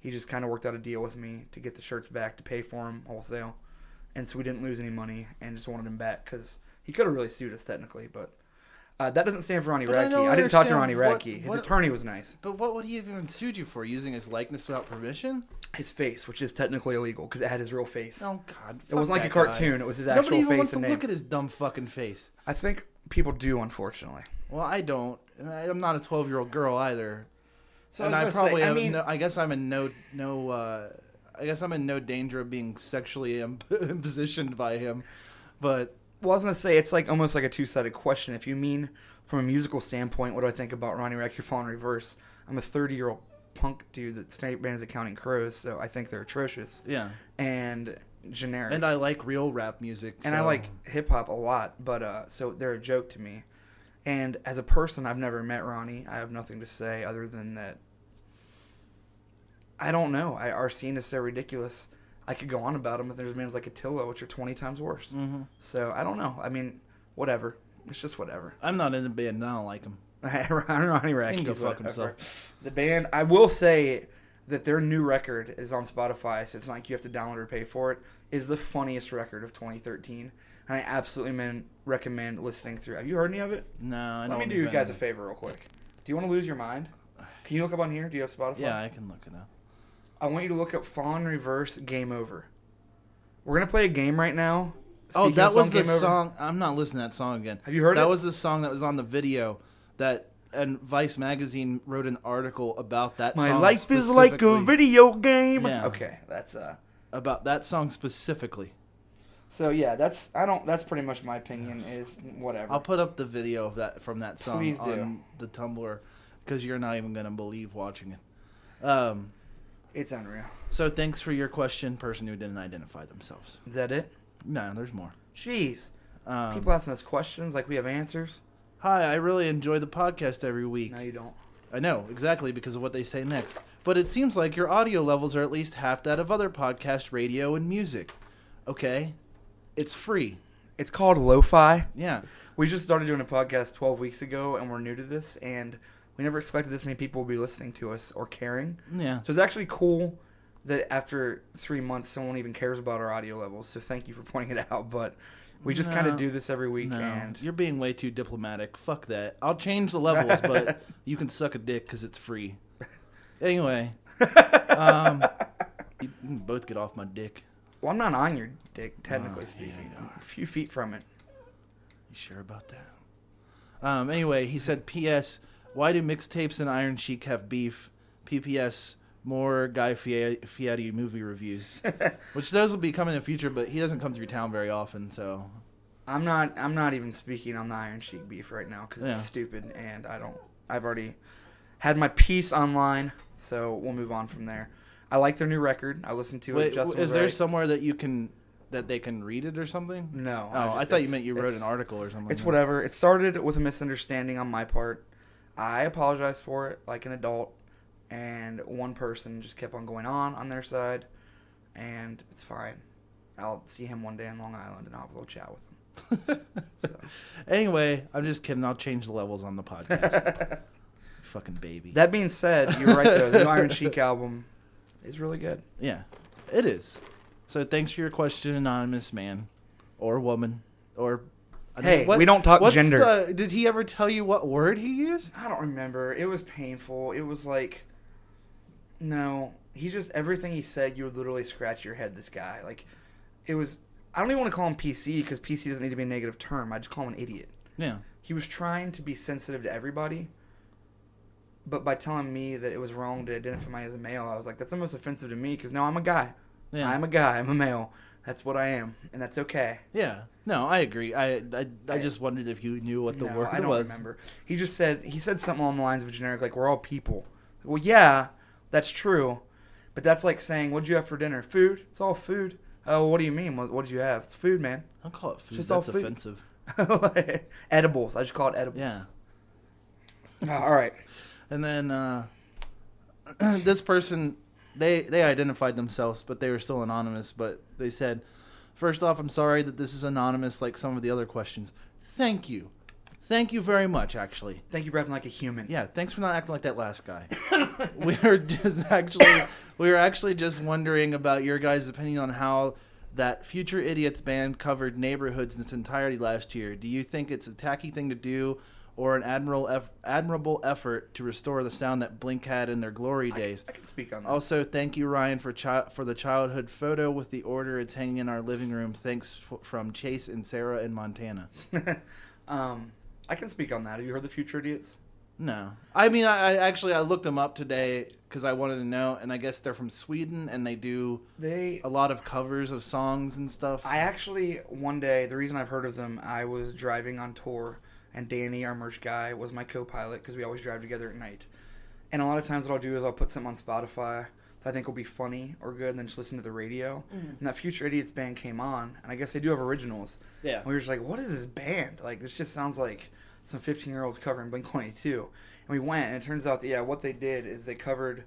He just kind of worked out a deal with me to get the shirts back to pay for them wholesale, and so we didn't lose any money and just wanted him back because he could have really sued us technically, but uh, that doesn't stand for Ronnie
But I
Radke.
don't
I, didn't talk to Ronnie
understand what-
Radke. His
what-
attorney was nice.
But what would he have even sued you for? Using his likeness without permission?
His face, which is technically illegal because it had his real face.
Oh God!
it wasn't like a cartoon. It was his
Nobody
actual
even
face
wants to
and name.
look at his dumb fucking face.
I think people do, unfortunately.
Well, I don't, and I, I'm not a 12 year old girl either.
So
and
I,
I,
was gonna
probably,
say, I
have
mean,
no, I guess I'm in no, no. Uh, I guess I'm in no danger of being sexually imp- impositioned by him. But
well, I was gonna say it's like almost like a two-sided question. If you mean from a musical standpoint, what do I think about Ronnie Radke Falling Reverse? I'm a 30-year-old punk dude that's snake bands at Counting Crows, so I think they're atrocious
yeah,
and generic.
and I like real rap music.
and I
so-
like hip hop a lot, but uh, so they're a joke to me. And as a person, I've never met Ronnie. I have nothing to say other than that. I don't know. I, our scene is so ridiculous. I could go on about him, but there's bands like Attila, which are 20 times worse.
Mhm.
So I don't know. I mean, whatever. It's just whatever.
I'm not in a band. and I don't like him.
Ronnie Radke.
He can go
is
fuck
whatever.
himself.
The band. I will say that their new record is on Spotify, so it's not like you have to download or pay for it. Is the funniest record of 2013, and I absolutely men- recommend listening through. Have you heard any of it?
No, I
Let
don't.
me do you
even-
guys a favor real quick. Do you want to lose your mind? Can you look up on here? Do you have Spotify?
Yeah, I can look it up.
I want you to look up Fallen Reverse Game Over. We're gonna play a game right now.
Oh,
Speaking of
that was
Game
the
Over-
song. I'm not listening to that song again.
Have you heard
that
it?
was the song that was on the video that and Vice magazine wrote an article about that.
My
song
life is like a
specifically-
video game.
Yeah.
Okay, that's uh.
about that song specifically.
So yeah, that's I don't. That's pretty much my opinion. Is whatever.
I'll put up the video of that from that song
Please do.
on the Tumblr because you're not even gonna believe watching it. Um,
it's unreal.
so thanks for your question, person who didn't identify themselves.
Is that it?
No, there's more.
Jeez,
Um,
people asking us questions like we have answers.
Hi, I really enjoy the podcast every week.
No, you don't.
I know, exactly, because of what they say next. But it seems like your audio levels are at least half that of other podcast radio and music. Okay? It's free.
It's called lo-fi.
Yeah.
We just started doing a podcast 12 weeks ago, and we're new to this, and we never expected this many people would be listening to us or caring.
Yeah.
So it's actually cool that after three months, someone even cares about our audio levels. So thank you for pointing it out. But we just kind
No.
of do this every week,
No,
and
you're being way too diplomatic. Fuck that. I'll change the levels, but you can suck a dick because it's free. Anyway, um, you can both get off my dick.
well, I'm not on your dick, technically
Oh,
speaking.
yeah, you
a few feet from it.
You sure about that? Um, anyway, he said, P.S. Why do mixtapes and Iron Sheik have beef? P.P.S. More Guy Fie- Fieri movie reviews, which those will be coming in the future, but he doesn't come through town very often, so
I'm not. I'm not even speaking on the Iron Sheik beef right now because
Yeah.
it's stupid, and I don't. I've already had my piece online, so we'll move on from there. I like their new record. I listened to
Wait,
it. Justin
is
was
there
right.
somewhere that you can that they can read it or something?
No.
Oh, I
just-
thought you
it's-
meant you wrote
it's-
an article or something.
It's whatever. It started with a misunderstanding on my part. I apologized for it like an adult, and one person just kept on going on on their side, and it's fine. I'll see him one day in Long Island, and I'll have a little chat with him.
Anyway, I'm just kidding. I'll change the levels on the podcast. Fucking baby.
That being said, you're right though. The new Iron Sheik album is really good.
yeah, it is. So thanks for your question, anonymous man, or woman, or I
Hey,
mean,
we don't talk
what's
gender.
the- did he ever tell you what word he used?
I don't remember. It was painful. It was like, no, he just everything he said, you would literally scratch your head. This guy, like, it was. I don't even want to call him PC because PC doesn't need to be a negative term. I just call him an idiot.
Yeah.
He was trying to be sensitive to everybody, but by telling me that it was wrong to identify me as a male, I was like, that's almost offensive to me because now I'm a guy.
Yeah.
I'm a guy. I'm a male. That's what I am, and that's okay.
yeah. No, I agree. I I, I just wondered if you knew what the
no,
word
I don't
was.
remember. He just said he said something along the lines of a generic like we're all people. Well, yeah, that's true, but that's like saying what'd you have for dinner? Food. It's all food. Oh, what do you mean? What what'd you have? It's food, man.
I'll call it food.
Just all
That's
food.
offensive.
edibles. I just call it edibles. Uh,
Yeah.
all right.
And then uh, this person, they they identified themselves, but they were still anonymous. But they said, first off, I'm sorry that this is anonymous, like some of the other questions. Thank you, thank you very much. Actually,
Thank you for acting like a human.
yeah, thanks for not acting like that last guy. we were just actually we were actually just wondering about your guys' opinion on how that Future Idiots band covered neighborhoods in its entirety last year. Do you think it's a tacky thing to do or an admirable eff- admirable effort to restore the sound that Blink had in their glory
I,
days? Oh,
I can speak on that.
Also, thank you Ryan for chi- for the childhood photo with the order it's hanging in our living room. Thanks f- from Chase and Sarah in Montana.
um, I can speak on that. Have you heard the Future Idiots?
No, I mean, I, I actually I looked them up today because I wanted to know, and I guess they're from Sweden, and they do
They
a lot of covers of songs and stuff.
I actually one day the reason I've heard of them I was driving on tour and Danny our merch guy was my co-pilot because we always drive together at night and a lot of times what I'll do is I'll put something on Spotify that I think will be funny or good and then just listen to the radio and that Future Idiots band came on and I guess they do have originals
yeah,
and we were just like what is this band like this just sounds like some 15 year olds covering Blink 22 and we went and it turns out that yeah what they did is they covered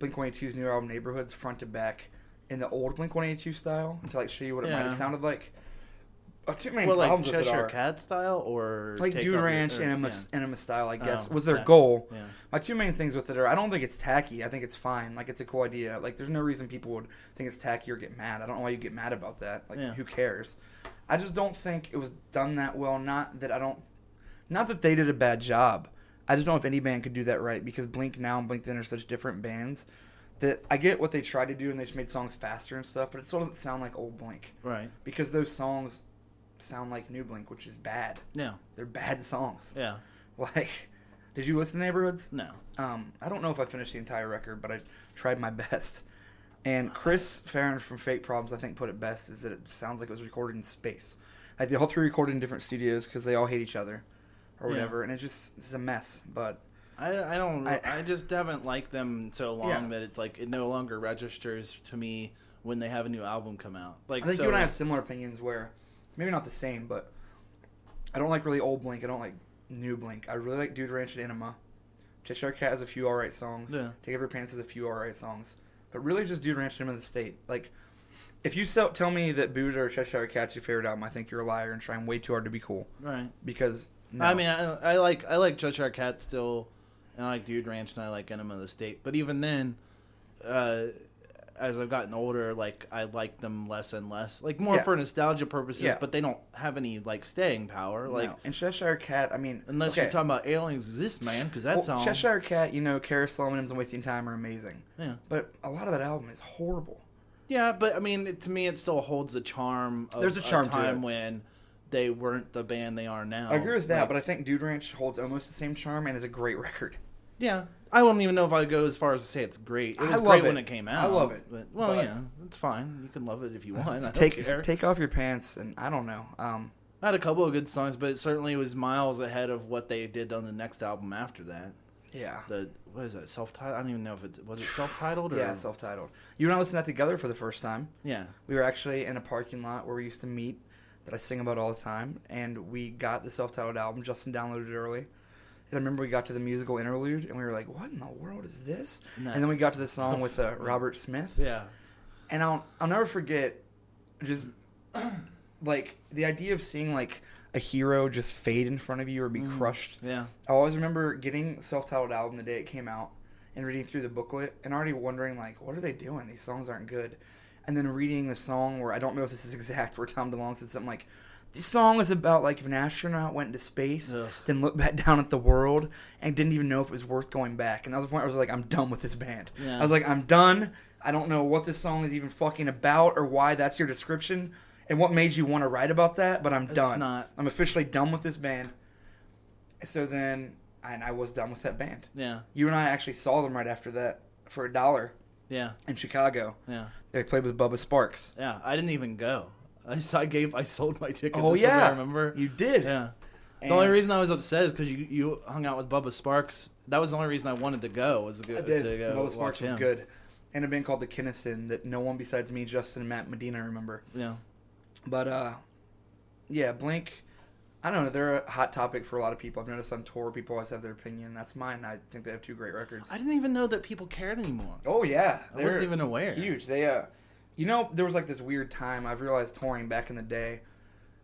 Blink 182's new album Neighborhoods front to back in the old Blink 182 style to like show you what it might
Yeah.
have sounded like. Uh, too many
well, like
problems with it
Cheshire
are-
Cat style, or
Like
take
Dude
up-
Ranch
or-
and
yeah.
Enema, Enema style, I guess,
Oh,
was their
yeah.
goal.
Yeah.
My two main things with it are I don't think it's tacky. I think it's fine. Like it's a cool idea. Like there's no reason people would think it's tacky or get mad. I don't know why you get mad about that. Like
Yeah.
who cares? I just don't think it was done that well. Not that I don't not that they did a bad job. I just don't know if any band could do that right because Blink now and Blink Then are such different bands that I get what they tried to do and they just made songs faster and stuff, but it still doesn't sound like old Blink
Right.
because those songs sound like new Blink, which is bad.
Yeah.
They're bad songs.
Yeah.
Like Did you listen to Neighborhoods?
No.
Um, I don't know if I finished the entire record, but I tried my best. And Chris Farron from Fake Problems, I think, put it best is that it sounds like it was recorded in space. Like they all three recorded in different studios because they all hate each other, or
Yeah.
whatever. And it just it's a mess. But
I, I don't. I,
I-
just haven't liked them so long
Yeah.
that it's like it no longer registers to me when they have a new album come out. Like
I think
so,
you and I have similar opinions where maybe not the same, but I don't like really old Blink. I don't like new Blink. I really like Dude Ranch and Enema. Cheshire Cat has a few alright songs.
Yeah.
Take Over Your Pants has a few alright songs. But really just Dude Ranch and Enema the State. Like, if you sell, tell me that Buddha or Cheshire Cat's your favorite album, I think you're a liar and trying way too hard to be cool.
right.
Because, no.
I mean, I, I like I like Judge Arquette still, and I like Dude Ranch, and I like Enema of the State. But even then, uh, as I've gotten older, like I like them less and less. Like more
Yeah.
for nostalgia purposes,
Yeah.
but they don't have any like staying power.
no.
Like
and Cheshire Cat, I mean,
unless
okay.
you're talking about aliens exist, man, because that
Well,
song.
Cheshire Cat, you know, Carousel Eminems and Wasting Time are amazing.
Yeah.
But a lot of that album is horrible.
Yeah, but I mean, it, to me, it still holds the charm. Of
There's a charm to
time
it.
when they weren't the band they are now.
I agree with that,
Like,
but I think Dude Ranch holds almost the same charm and is a great record.
yeah, I wouldn't even know if I'd go as far as to say it's great.
I
It was
love
great when
it.
it came
I
out.
love it,
but- well,
but-
yeah, it's fine. You can love it if you want. I
take
don't care.
take off your pants and I don't know. Um,
I had a couple of good songs, but it certainly was miles ahead of what they did on the next album after that.
yeah,
The what is that self titled? I don't even know if it was it self titled or
yeah, self-titled. You and I listened to that together for the first time.
yeah.
We were actually in a parking lot where we used to meet that I sing about all the time, and we got the self-titled album. Justin downloaded it early. And I remember we got to the musical interlude, and we were like, "What in the world is this?"
Nah.
And then we got to the song with uh, Robert Smith.
Yeah.
and I'll I'll never forget just like the idea of seeing like a hero just fade in front of you or be crushed.
Yeah.
I always remember getting self-titled album the day it came out and reading through the booklet and already wondering like what are they doing? These songs aren't good. And then reading the song where I don't know if this is exact where Tom DeLonge said something like this song is about like if an astronaut went into space,
Ugh.
then looked back down at the world and didn't even know if it was worth going back. And that was the point where I was like, I'm done with this band.
Yeah.
I was like, I'm done. I don't know what this song is even fucking about or why that's your description and what made you want to write about that, but I'm
It's
done.
not-
I'm officially done with this band. So then, and I was done with that band.
Yeah.
You and I actually saw them right after that for a dollar
Yeah.
in Chicago.
Yeah.
They played with Bubba Sparks.
Yeah, I didn't even go. I, s- I gave I sold my ticket.
Oh,
to somebody,
yeah.
I remember.
You did.
Yeah.
And-
the only reason I was upset is because you you hung out with Bubba Sparks. That was the only reason I wanted to go. Was to go,
I
to
did.
go
Bubba
watch
Sparks was
him.
good. And a band called The Kinnison that no one besides me, Justin, and Matt Medina remember.
Yeah.
But uh, yeah, Blink. I don't know. They're a hot topic for a lot of people. I've noticed on tour, people always have their opinion. That's mine. I think they have two great records.
I didn't even know that people cared anymore.
oh yeah,
I wasn't even aware.
Huge. They uh, you know, there was like this weird time I've realized touring back in the day,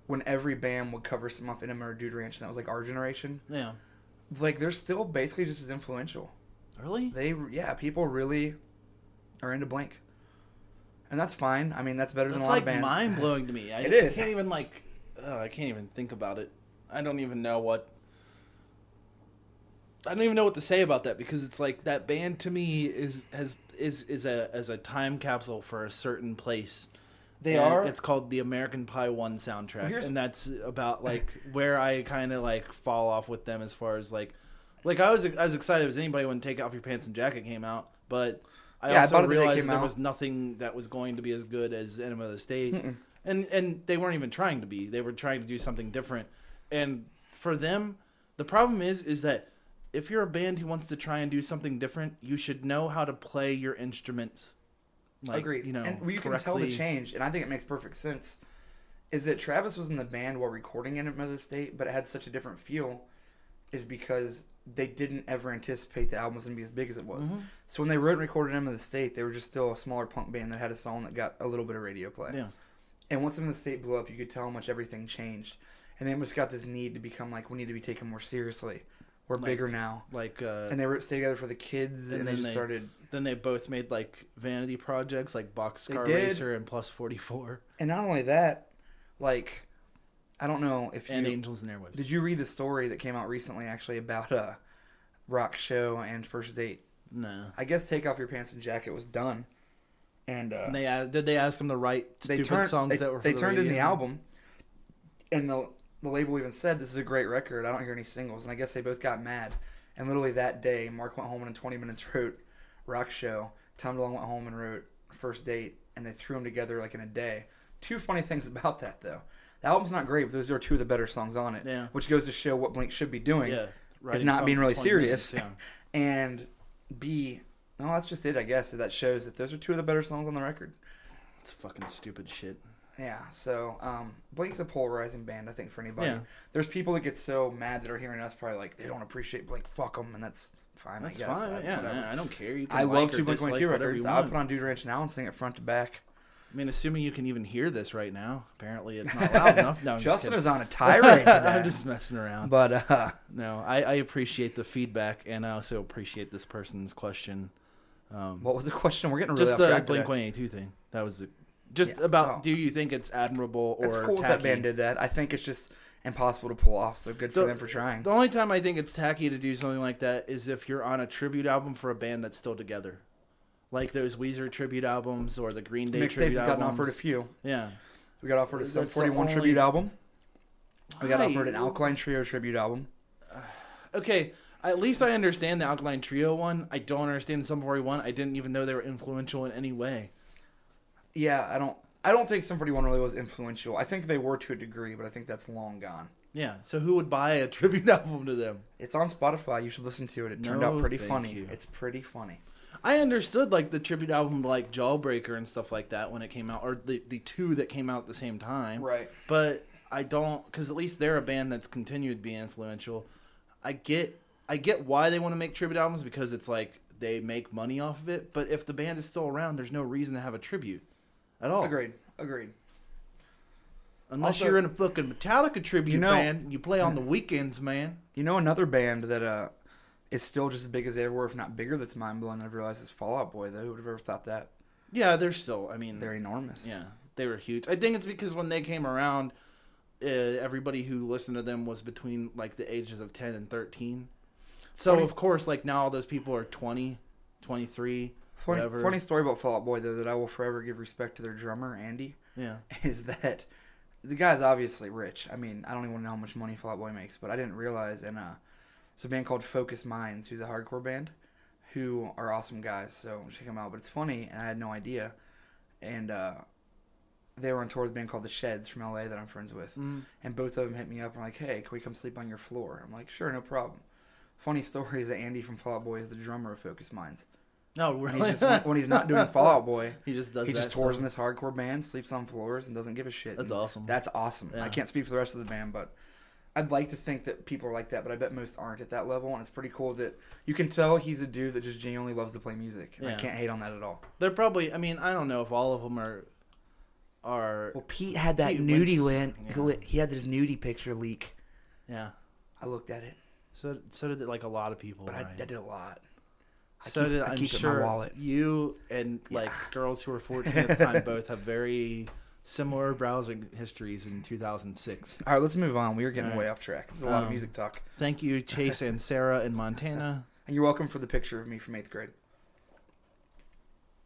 when every band would cover some off Enema or Dude Ranch, and that was like our generation.
Yeah.
Like they're still basically just as influential.
Really?
They yeah, people really are into Blink, and that's fine. I mean, that's better
That's
than a lot
like
of bands.
mind blowing to me. I,
It is.
I can't even like. Oh, I can't even think about it. I don't even know what. I don't even know what to say about that because it's like that band to me is has is is a as a time capsule for a certain place.
They
And
are.
It's called the American Pie One soundtrack,
Here's-
and that's about like where I kind of like fall off with them as far as like, like I was I was excited as anybody when Take Off Your Pants and Jacket came out, but I
Yeah, I bought
also
it the day it
realized
came
there
out.
was nothing that was going to be as good as Enema of the State, and and they weren't even trying to be. They were trying to do something different, and for them, the problem is is that if you're a band who wants to try and do something different, you should know how to play your instruments. Like,
Agreed.
You know,
and well, you can tell the
correctly.
change, and I think it makes perfect sense. Is that Travis was in the band while recording in another state, but it had such a different feel, is because they didn't ever anticipate the album was going to be as big as it was.
Mm-hmm.
So when they wrote and recorded Em of the State, they were just still a smaller punk band that had a song that got a little bit of radio play.
Yeah.
And once Em of the State blew up, you could tell how much everything changed. And they almost got this need to become like, we need to be taken more seriously. We're bigger now.
like uh
And they wrote Stay Together for the Kids, and,
and
they
then
just
they-
started
then they both made like vanity projects like boxcar
They did.
racer and plus 44
And not only that, like, I don't know if
and
you
angels and airwaves
did you read the story that came out recently actually about uh, rock show and first date.
no
I guess take off your pants and jacket was done, and uh,
And they a- did they ask him to write
they
stupid
turned
songs
they,
that were for
they
the
turned in the
radio?
album, and the the label even said this is a great record. I don't hear any singles, and I guess they both got mad, And literally that day, Mark went home and in 20 minutes wrote Rock Show. Tom DeLonge went home and wrote First Date, and they threw them together like in a day. Two funny things about that though. The album's not great, but those are two of the better songs on it.
Yeah.
Which goes to show what Blink should be doing
yeah,
is
writing
not being
songs in
really
20 minutes,
serious.
yeah.
and B, no, that's just it, I guess. That shows that those are two of the better songs on the record.
It's fucking stupid shit.
Yeah, so um, Blink's a polarizing band, I think, for anybody.
Yeah.
There's people that get so mad that are hearing us probably like they don't appreciate Blink, fuck them, and that's fine.
That's
I guess.
fine.
I-
yeah,
whatever.
I don't care. You can
I
like
love
or
two Blink One
dislike
Two
whatever
records.
you
I'll
want.
put on Dude Ranch now and sing it front to back.
I mean, assuming you can even hear this right now. Apparently, it's not loud enough. No, I'm
Justin
just
is on a tirade.
kidding. I'm
today.
just messing around.
But uh,
No, I, I appreciate the feedback, and I also appreciate this person's question. Um,
what was the question? We're getting really
just
off
the
track.
Blink
today.
One Eighty Two thing. That was the, just
Yeah.
about.
Oh.
Do you think it's admirable or
It's cool
tacky?
that band did that. I think it's just impossible to pull off. So good for
The-
them for trying.
The only time I think it's tacky to do something like that is if you're on a tribute album for a band that's still together, like those Weezer tribute albums or the Green Day
Mixtapes
tribute
has gotten
albums.
offered a few.
yeah,
We got offered a Sub
That's the
41
only-
tribute album. We got
Why?
offered an Alkaline Trio tribute album.
okay, at least I understand the Alkaline Trio one. I don't understand the Sum 41. I didn't even know they were influential in any way.
Yeah, I don't. I don't think Sum 41 really was influential. I think they were to a degree, but I think that's long gone.
Yeah, so who would buy a tribute album to them?
It's on Spotify. You should listen to it. It turned
No,
out pretty
thank
funny.
you.
It's pretty funny.
I understood like the tribute album to, like Jawbreaker and stuff like that when it came out, or the, the two that came out at the same time.
Right.
But I don't because at least they're a band that's continued to be influential. I get I get why they want to make tribute albums because it's like they make money off of it. But if the band is still around, there's no reason to have a tribute at all.
Agreed. Agreed.
Unless
Also-
you're in a fucking Metallica tribute
You know-
band, and you play on the weekends, man.
You know another band that uh is still just as big as they were, if not bigger. That's mind blowing. I've realized is Fallout Boy. Though who would have ever thought that?
Yeah, they're still. I mean,
They're enormous.
Mm. Yeah, they were huge. I think it's because when they came around, uh, everybody who listened to them was between like the ages of 10 and 13. So,
Funny-
of course, like now all those people are 20, 23,
Funny,
whatever.
funny story about Fallout Boy though that I will forever give respect to their drummer Andy.
Yeah.
is that the guy's obviously rich. I mean, I don't even know how much money Fallout Boy makes, but I didn't realize. And uh, it's a band called Focus Minds, who's a hardcore band, who are awesome guys. So check them out. But it's funny, and I had no idea. And uh, they were on tour with a band called The Sheds from LA that I'm friends with.
Mm.
And both of them hit me up and like, hey, can we come sleep on your floor? I'm like, sure, no problem. Funny story is that Andy from Fallout Boy is the drummer of Focus Minds.
No,
And
really.
he's just, when, when he's not doing Fallout Boy,
he just does
he
that
just tours in
stuff.
this hardcore band, sleeps on floors, and doesn't give a shit.
That's
And
awesome.
That's awesome.
Yeah.
I can't speak for the rest of the band, but I'd like to think that people are like that, but I bet most aren't at that level. And it's pretty cool that you can tell he's a dude that just genuinely loves to play music. And I
Yeah.
can't hate on that at all.
They're probably, I mean, I don't know if all of them are. are
Well, Pete had
that Pete nudie Wentz, lin- yeah. li-
He had this nudie picture leak.
yeah.
I looked at it,
So, so did like a lot of people.
but I,
right?
I did a lot. I
so
keep-
did
I
I am
keep it in my
sure
wallet.
you and like girls who were 14 at the time both have very similar browsing histories in 2006.
All right, let's move on. We are getting
All right.
way off track. It's a lot of
Um,
music talk.
Thank you, Chase and Sarah in Montana.
And you're welcome for the picture of me from eighth grade.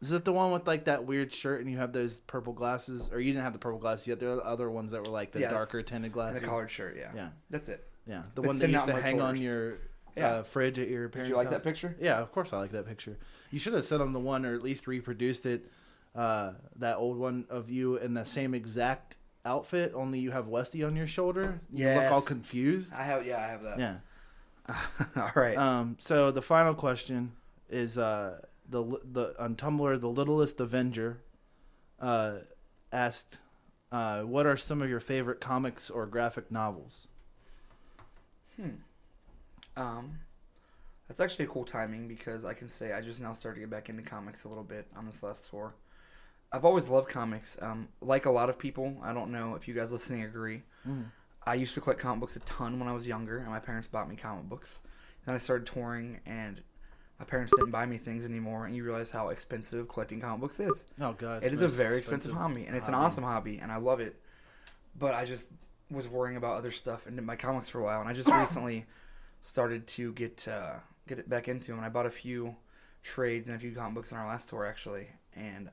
Is it the one with like that weird shirt and you have those purple glasses? Or you didn't have the purple glasses yet? There are other ones that were like the
Yes.
darker tinted
And
glasses.
the collared shirt, yeah.
Yeah,
That's it.
yeah. The
They
one that
send
used
out
to
merch
hang on
orders.
your
Yeah.
uh, fridge at your
Did
parents'
you like
house.
that picture?
Yeah, of course I like that picture. You should have sent them the one, or at least reproduced it, uh, that old one of you in the same exact outfit, only you have Westy on your shoulder. You look all
Yes.
confused.
I have. Yeah, I have that.
Yeah.
all right.
Um. So the final question is uh the li- the on Tumblr the littlest Avenger, uh, asked, uh, what are some of your favorite comics or graphic novels?
Um, that's actually a cool timing because I can say I just now started to get back into comics a little bit on this last tour. I've always loved comics. Um, like a lot of people, I don't know if you guys listening agree. I used to collect comic books a ton when I was younger, and my parents bought me comic books. Then I started touring, and my parents didn't buy me things anymore. And you realize how expensive collecting comic books is.
Oh God,
It is a very expensive, hobby, and it's an
hobby.
awesome hobby, and I love it. But I just was worrying about other stuff and did my comics for a while, and I just recently started to get uh, get it back into them. And I bought a few trades and a few comic books on our last tour, actually. And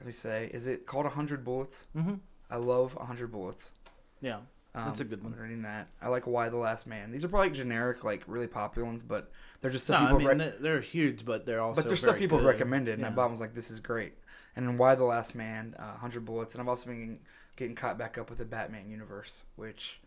let me say, is it called 100 Bullets?
Mm-hmm.
I love 100 Bullets.
Yeah.
Um,
That's a good one.
I'm reading that. I like Why the Last Man. These are probably generic, like really popular ones, but they're just
No,
stuff
I
people
mean
rec-
they're, they're huge, but they're also
but there's stuff
very
people
good.
recommended, and I
Yeah.
bought and was like, "This is great." And then why the Last Man, uh, Hundred Bullets, and I've also been getting, getting caught back up with the Batman universe, which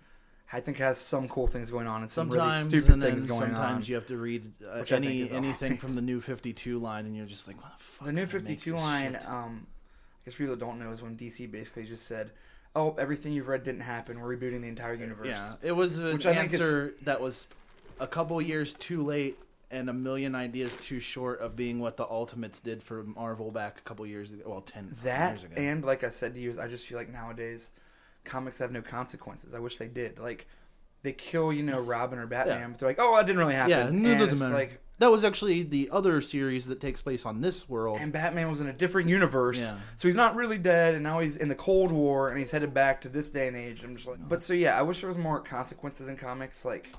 I think has some cool things going on and some
Sometimes
really stupid
and then
things going
sometimes
on.
you have to read uh,
Which I think
any
is
anything
always-
from the new 52 line, and you're just like, what the fuck?
the new
did I make
Fifty Two
this
line,
shit?
um, I guess people that don't know is when DC basically just said, "Oh, everything you've read didn't happen. We're rebooting the entire universe."
Uh, Yeah, it was an
Which I think is-
answer that was a couple years too late and a million ideas too short of being what the Ultimates did for Marvel back a couple years ago. Well, ten
That
years ago.
and like I said to you, is I just feel like nowadays comics have no consequences. I wish they did. Like they kill, you know, Robin or Batman,
Yeah.
but they're like, "Oh, it didn't really happen."
yeah,
And
it doesn't
it's
matter.
Like,
that was actually the other series that takes place on this world.
and Batman was in a different universe,
Yeah.
so he's not really dead, and now he's in the Cold War, and he's headed back to this day and age. I'm just like, but so yeah, I wish there was more consequences in comics, like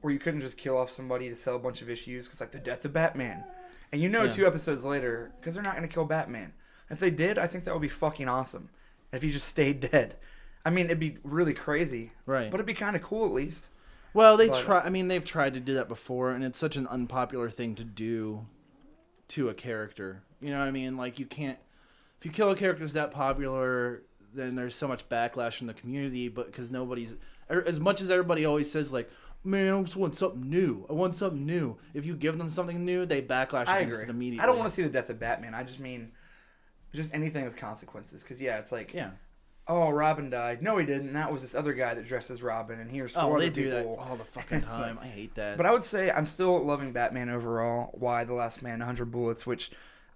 where you couldn't just kill off somebody to sell a bunch of issues, because like the death of Batman, and you know,
Yeah.
two episodes later, because they're not going to kill Batman. If they did, I think that would be fucking awesome. If he just stayed dead, I mean, it'd be really crazy,
right.
but it'd be kind of cool at least.
Well, they
But,
try. I mean, they've tried to do that before, and it's such an unpopular thing to do to a character. You know what I mean? Like, you can't. If you kill a character that's that popular, then there's so much backlash from the community. But because nobody's er- as much as everybody always says, like, man, I just want something new. I want something new. If you give them something new, they backlash
I
against
agree.
it immediately.
I don't want to see the death of Batman. I just mean just anything with consequences. Because yeah, it's like
Yeah.
oh, Robin died. No, he didn't. That was this other guy that dressed as Robin, and here's four
Oh,
other
they do that
people.
all the fucking time. I hate that.
But I would say I'm still loving Batman overall. Why The Last Man, 100 Bullets, which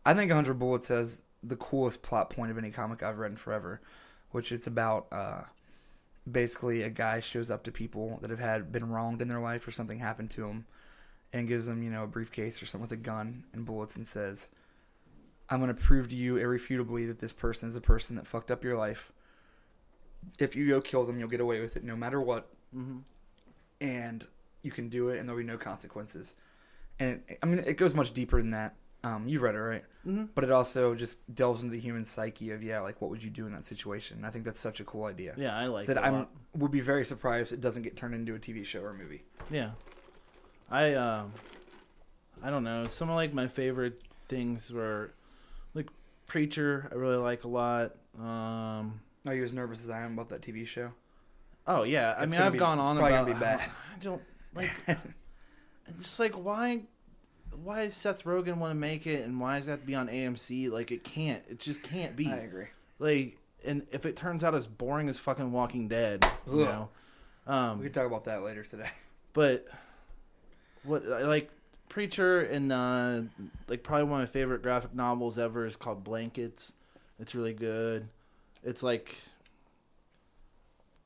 I think 100 Bullets has the coolest plot point of any comic I've read in forever, which it's about uh, basically a guy shows up to people that have had been wronged in their life or something happened to them and gives them, you know, a briefcase or something with a gun and bullets and says, I'm going to prove to you irrefutably that this person is a person that fucked up your life. If you go kill them, you'll get away with it no matter what
hmm
and you can do it and there'll be no consequences. And it, I mean, it goes much deeper than that. Um, you read it, right?
hmm
But it also just delves into the human psyche of, yeah, like what would you do in that situation? And I think that's such a cool idea.
Yeah, I like
that
it a
I am
lot.
would be very surprised it doesn't get turned into a TV show or movie.
Yeah, I um, I don't know. Some of like my favorite things were like Preacher. I really like a lot. Um,
Are you as nervous as I am about that TV show?
oh yeah, I
It's
mean
gonna
I've
be-
gone
it's
on
probably gonna
about.
be bad.
I don't like. it's just like why, why does Seth Rogen want to make it, and why does that have to be on AMC? Like it can't. It just can't be.
I agree.
Like, and if it turns out as boring as fucking Walking Dead, you
Ugh.
know. Um,
We can talk about that later today.
but what I like preacher and uh like probably one of my favorite graphic novels ever is called blankets it's really good it's like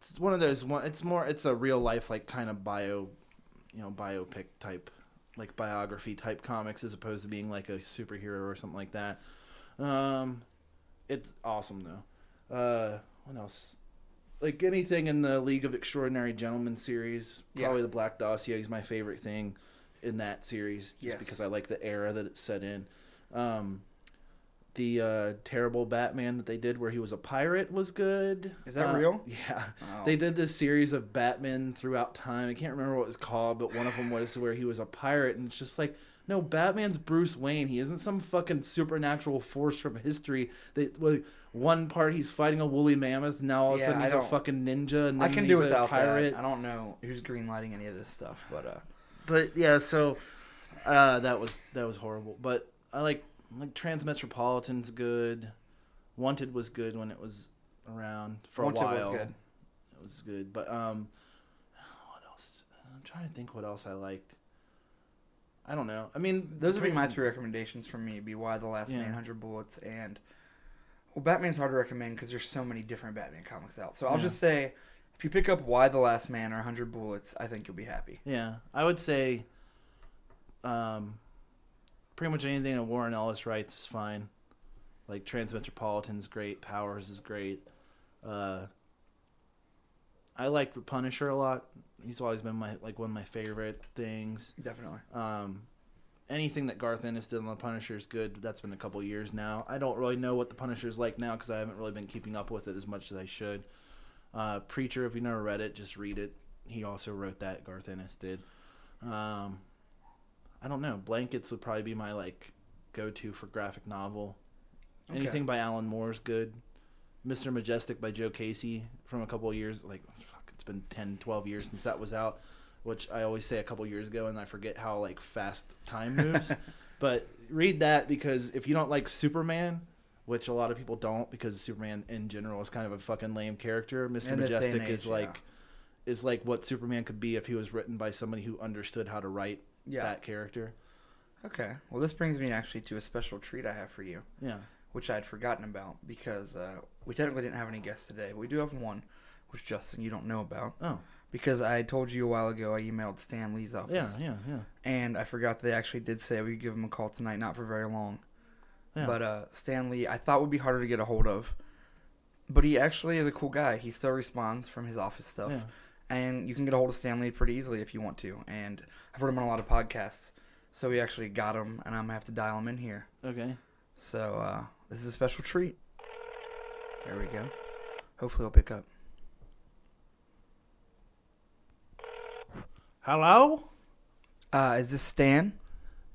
it's one of those one it's more it's a real life like kind of bio you know biopic type like biography type comics as opposed to being like a superhero or something like that um it's awesome though uh what else like anything in the League of Extraordinary Gentlemen series,
Yeah.
probably the Black Dossier is my favorite thing in that series, just
Yes.
because I like the era that it's set in. Um, the uh, terrible Batman that they did, where he was a pirate, was good.
Is that
Uh,
real? Oh.
Yeah,
Wow.
they did this series of Batman throughout time. I can't remember what it was called, but one of them was where he was a pirate, and it's just like, no, Batman's Bruce Wayne. He isn't some fucking supernatural force from history. That like, one part he's fighting a woolly mammoth, now all of a
Yeah,
sudden
I
he's a
don't-
fucking ninja, and then
I can
he's
do
a
without
pirate.
that. I don't know who's greenlighting any of this stuff, but uh,
But yeah, so uh, that was that was horrible. But I like like Transmetropolitan's good. Wanted was good when it was around for
Wanted
a
was
while.
good.
It was good. But um, what else? I'm trying to think what else I liked. I don't know. I mean,
Those would be my three recommendations from me. Be why the last
Yeah.
Man, Hundred bullets and well, Batman's hard to recommend because there's so many different Batman comics out. So I'll
Yeah.
just say, if you pick up why the last man or hundred bullets, I think you'll be happy.
Yeah, I would say, um, pretty much anything that Warren Ellis writes is fine. Like Transmetropolitan's great, Powers is great. Uh, I like The Punisher a lot. He's always been my like one of my favorite things.
Definitely.
Um, anything that Garth Ennis did on The Punisher is good. That's been a couple years now. I don't really know what The Punisher is like now because I haven't really been keeping up with it as much as I should. Uh, Preacher, if you never read it, just read it. He also wrote that. Garth Ennis did. Um, I don't know. Blankets would probably be my like go-to for graphic novel.
Okay.
Anything by Alan Moore is good. Mr. Majestic by Joe Casey from a couple of years like fuck, it's been 10, 12 years since that was out, which I always say a couple of years ago and I forget how like fast time moves. but read that because if you don't like Superman, which a lot of people don't because Superman in general is kind of a fucking lame character, Mr.
In this day and
Majestic
age,
is
yeah.
like is like what Superman could be if he was written by somebody who understood how to write
Yeah.
that character.
Okay. Well, this brings me actually to a special treat I have for you,
Yeah.
which I had forgotten about because uh, we technically didn't have any guests today, but we do have one, which Justin, you don't know about
Oh.
because I told you a while ago I emailed Stan Lee's office.
Yeah, yeah, yeah.
And I forgot they actually did say we could give him a call tonight, not for very long.
Yeah.
But uh, Stan Lee, I thought would be harder to get a hold of. But he actually is a cool guy. He still responds from his office stuff.
Yeah.
And you can get a hold of Stan Lee pretty easily if you want to. And I've heard him on a lot of podcasts. So we actually got him, and I'm going to have to dial him in here.
Okay.
So uh, this is a special treat. There we go. Hopefully he'll pick up.
Hello?
Uh, is this Stan?